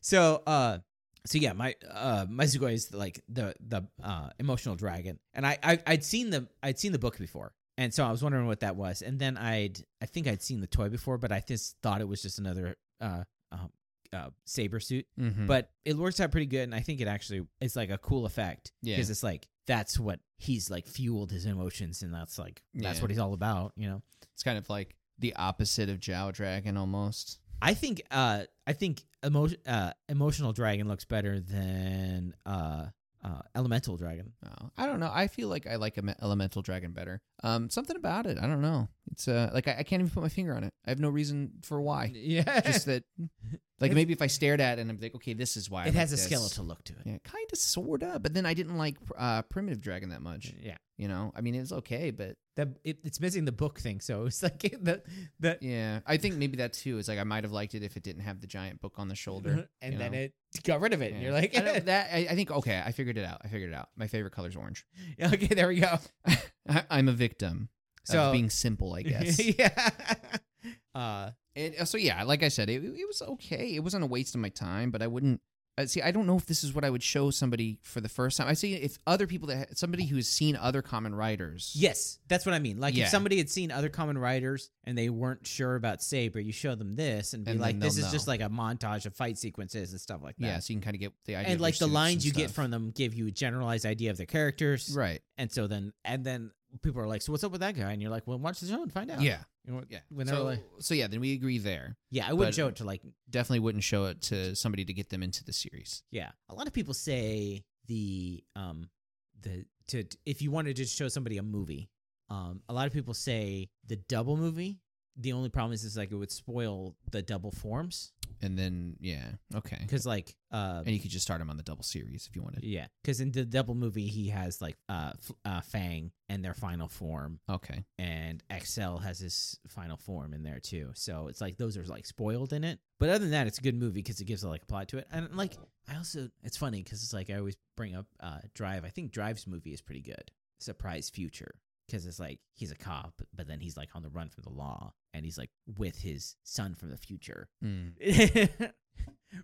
So, uh, so yeah, my uh, my Sugoi is like the the uh, emotional dragon, and I, I I'd seen the I'd seen the book before, and so I was wondering what that was, and then I'd I think I'd seen the toy before, but I just thought it was just another uh, um, uh saber suit,
Mhm.
but it works out pretty good, and I think it actually it's like a cool effect
Yeah.
because it's like that's what he's like fueled his emotions, and that's like that's
Yeah.
what he's all about, you know.
it's kind of like the opposite of Jow Dragon almost.
I think uh I think emo- uh, emotional dragon looks better than uh uh elemental dragon.
Oh, I don't know. I feel like I like Em- Elemental Dragon better. Um, something about it. I don't know. It's uh, like I, I can't even put my finger on it. I have no reason for why.
Yeah.
Just that, like
It's-
maybe if I stared at it and I'm like, okay, this is why. I
it
like
has a
this.
skeletal look to it.
Yeah, kind of, sorta. But then I didn't like uh, Primitive Dragon that much.
Yeah.
You know, I mean, it was okay, but
The it, it's missing the book thing, so it's like the the
yeah, I think maybe that too is like I might have liked it if it didn't have the giant book on the shoulder.
and
you
then
know?
it got rid of it. And
Yeah.
Mm-hmm. you're like
I know that I, I think okay, I figured it out. I figured it out. My favorite color is orange.
Okay, there we go.
I, I'm a victim
So
of being simple, I guess.
yeah. Uh
And uh, so yeah, like I said, it, it was okay. It wasn't a waste of my time, but I wouldn't. Uh, see, I don't know if this is what I would show somebody for the first time. I see if other people that ha- somebody who's seen other common writers.
yes, that's what I mean. Like
Yeah.
if somebody had seen other common writers and they weren't sure about Saber, you show them this and be
And then
like, This
they'll
is just
know.
like a montage of fight sequences and stuff like that.
yeah. So you can kind of get the idea.
and
of
like
their
the
suits
lines
and
you get
stuff.
from them give you a generalized idea of their characters
Right.
and so then and then people are like, so what's up with that guy? And you're like, well, watch the show and find out.
Yeah.
You know,
Yeah.
When they're
so,
like-
so yeah, then we agree there.
yeah. I wouldn't
But-
show it to like,
Definitely wouldn't show it to somebody to get them into the series.
yeah. A lot of people say the um the to if you wanted to show somebody a movie, um, a lot of people say the double movie. The only problem is, is like it would spoil the double forms
And then yeah, okay.
because like uh
And you could just start them on the double series if you wanted.
yeah because in the double movie he has like uh, f- uh Fang and their final form
Okay.
and XL has his final form in there too. So it's like those are like spoiled in it. But other than that, it's a good movie because it gives like a plot to it. And like I also, it's funny because it's like I always bring up uh, Drive. I think Drive's movie is pretty good. Surprise Future because it's like he's a cop, but then he's like on the run from the law, and he's like with his son from the future,
Mm.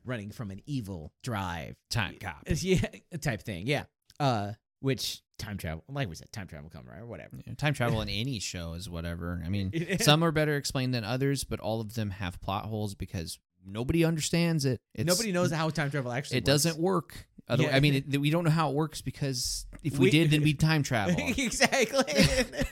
running from an evil drive
Time cop.
yeah type thing. Yeah, uh, which time travel, like we said, time travel come right or whatever.
Yeah, time travel in any show is whatever. I mean, some are better explained than others, but all of them have plot holes because nobody understands it. It's,
Nobody knows how time travel actually.
It doesn't work. Other,
Yeah.
I mean, it, we don't know how it works because if we,
We-
did, then we'd time travel.
exactly.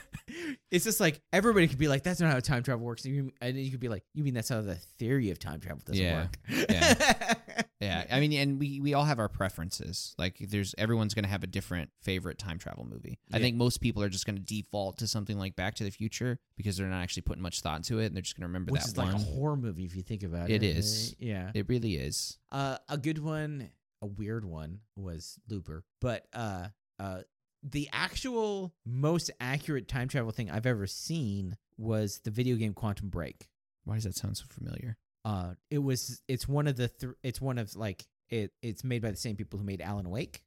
it's just like everybody could be like, "That's not how time travel works," and you, and you could be like, "You mean that's how the theory of time travel doesn't
Yeah.
work?"
yeah, I mean, and we we all have our preferences. Like, there's everyone's going to have a different favorite time travel movie. I
Yeah.
think most people are just going to default to something like Back to the Future because they're not actually putting much thought into it, and they're just going to remember
Which
that
is
one.
like a horror movie if you think about
It
it.
is.
Uh, yeah.
it really is.
Uh, a good one, a weird one was Looper, but uh, uh, the actual most accurate time travel thing I've ever seen was the video game Quantum Break.
Why does that sound so familiar?
uh it was it's one of the thr it's one of like it it's made by the same people who made alan wake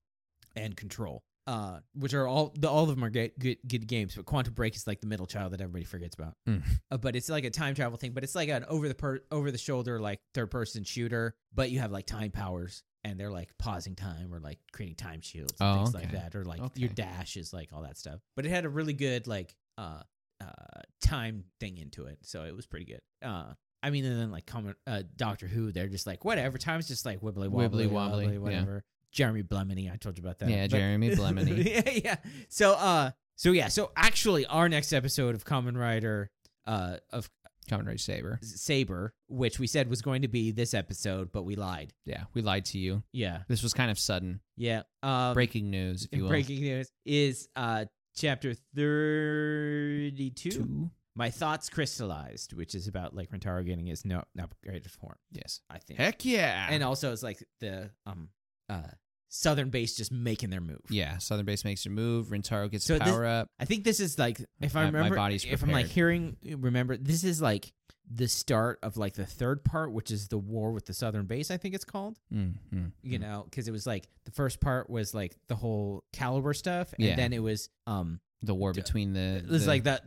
and control uh which are all the all of them are ga- good good games but quantum break is like the middle child that everybody forgets about
Mm.
uh, but it's like a time travel thing but it's like an over the per- over the shoulder like third person shooter but you have like time powers and they're like pausing time or like creating time shields and
Oh,
things like
okay.
that or like your
Okay.
dash is like all that stuff but it had a really good like uh uh time thing into it so it was pretty good uh I mean, and then like common uh, Doctor Who, they're just like whatever. Time's just like wibbly wobbly,
Wibbly wobbly,
wobbly,
yeah.
whatever. Jeremy Blemony, I told you about that.
Yeah, Jeremy Blemony.
yeah, yeah. So, uh, so yeah, so actually, our next episode of Common Rider, uh, of
Kamen Rider Saber.
Saber, which we said was going to be this episode, but we lied.
Yeah, we lied to you.
Yeah,
This was kind of sudden.
yeah. Um,
Breaking news, if you will.
breaking news is uh chapter thirty-two.
two.
My thoughts crystallized, which is about like Rentaro getting his no upgraded form.
Yes.
I think.
Heck yeah.
and also it's like the um uh southern base just making their move
yeah, Southern Base makes your move. Rintaro gets
So
a
this-
power up.
i think this is like if i
My- my
remember
body's
if i'm like
prepared.
hearing remember this is like the start of like the third part which is the war with the southern base i think it's called
Mm, mm,
you
mm.
know because it was like the first part was like the whole caliber stuff and
Yeah.
then it was um
the war between the.
it was
the,
like the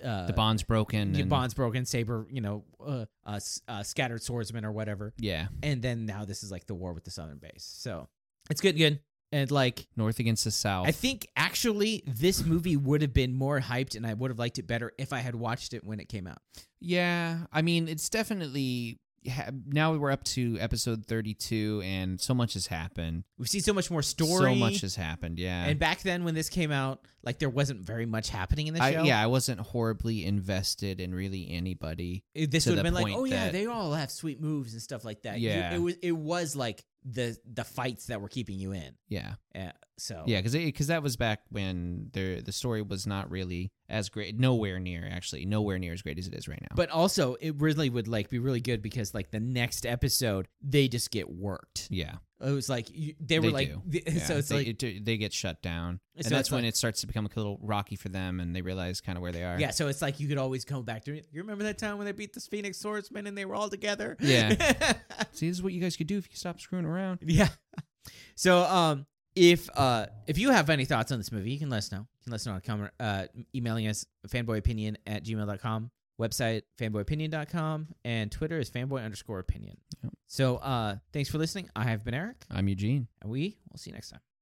the uh
the bonds broken.
your
and-
bonds broken saber you know uh, uh, s- uh scattered swordsman or whatever
Yeah,
and then now this is like the war with the southern base so it's good good and like
North against the South.
I think actually this movie would have been more hyped and I would have liked it better if I had watched it when it came out.
yeah, I mean it's definitely. Ha- now we're up to episode thirty-two, and so much has happened.
We've seen so much more story.
So much has happened. Yeah.
and back then when this came out, like there wasn't very much happening in the
I,
show.
yeah, I wasn't horribly invested in really anybody.
It- This
to
would
the
have been like,
point
oh yeah,
that-
they all have sweet moves and stuff like that. You-
Yeah.
it was it was like the the fights that were keeping you in.
Yeah,
Uh, so
Yeah, because because that was back when the the story was not really as great, nowhere near actually, nowhere near as great as it is right now.
But also it really would like be really good because like the next episode they just get worked.
yeah,
It was like you, they were
They
like
do.
th- so
yeah,
it's
they,
like
it- they get shut down, and
so
that's
it's
when
like-
it starts to become a little rocky for them, and they realize kind of where they are.
Yeah, so it's like you could always come back to it. You remember that time when they beat the Phoenix Swordsman and they were all together?
Yeah. see, this is what you guys could do if you stop screwing around.
yeah. So um if uh if you have any thoughts on this movie, you can let us know. You can let us know on com- uh emailing us fanboyopinion at gmail.com, website fanboyopinion.com, and Twitter is fanboy underscore opinion.
Yep.
So uh thanks for listening. I have been Eric,
I'm Eugene.
and we will see you next time.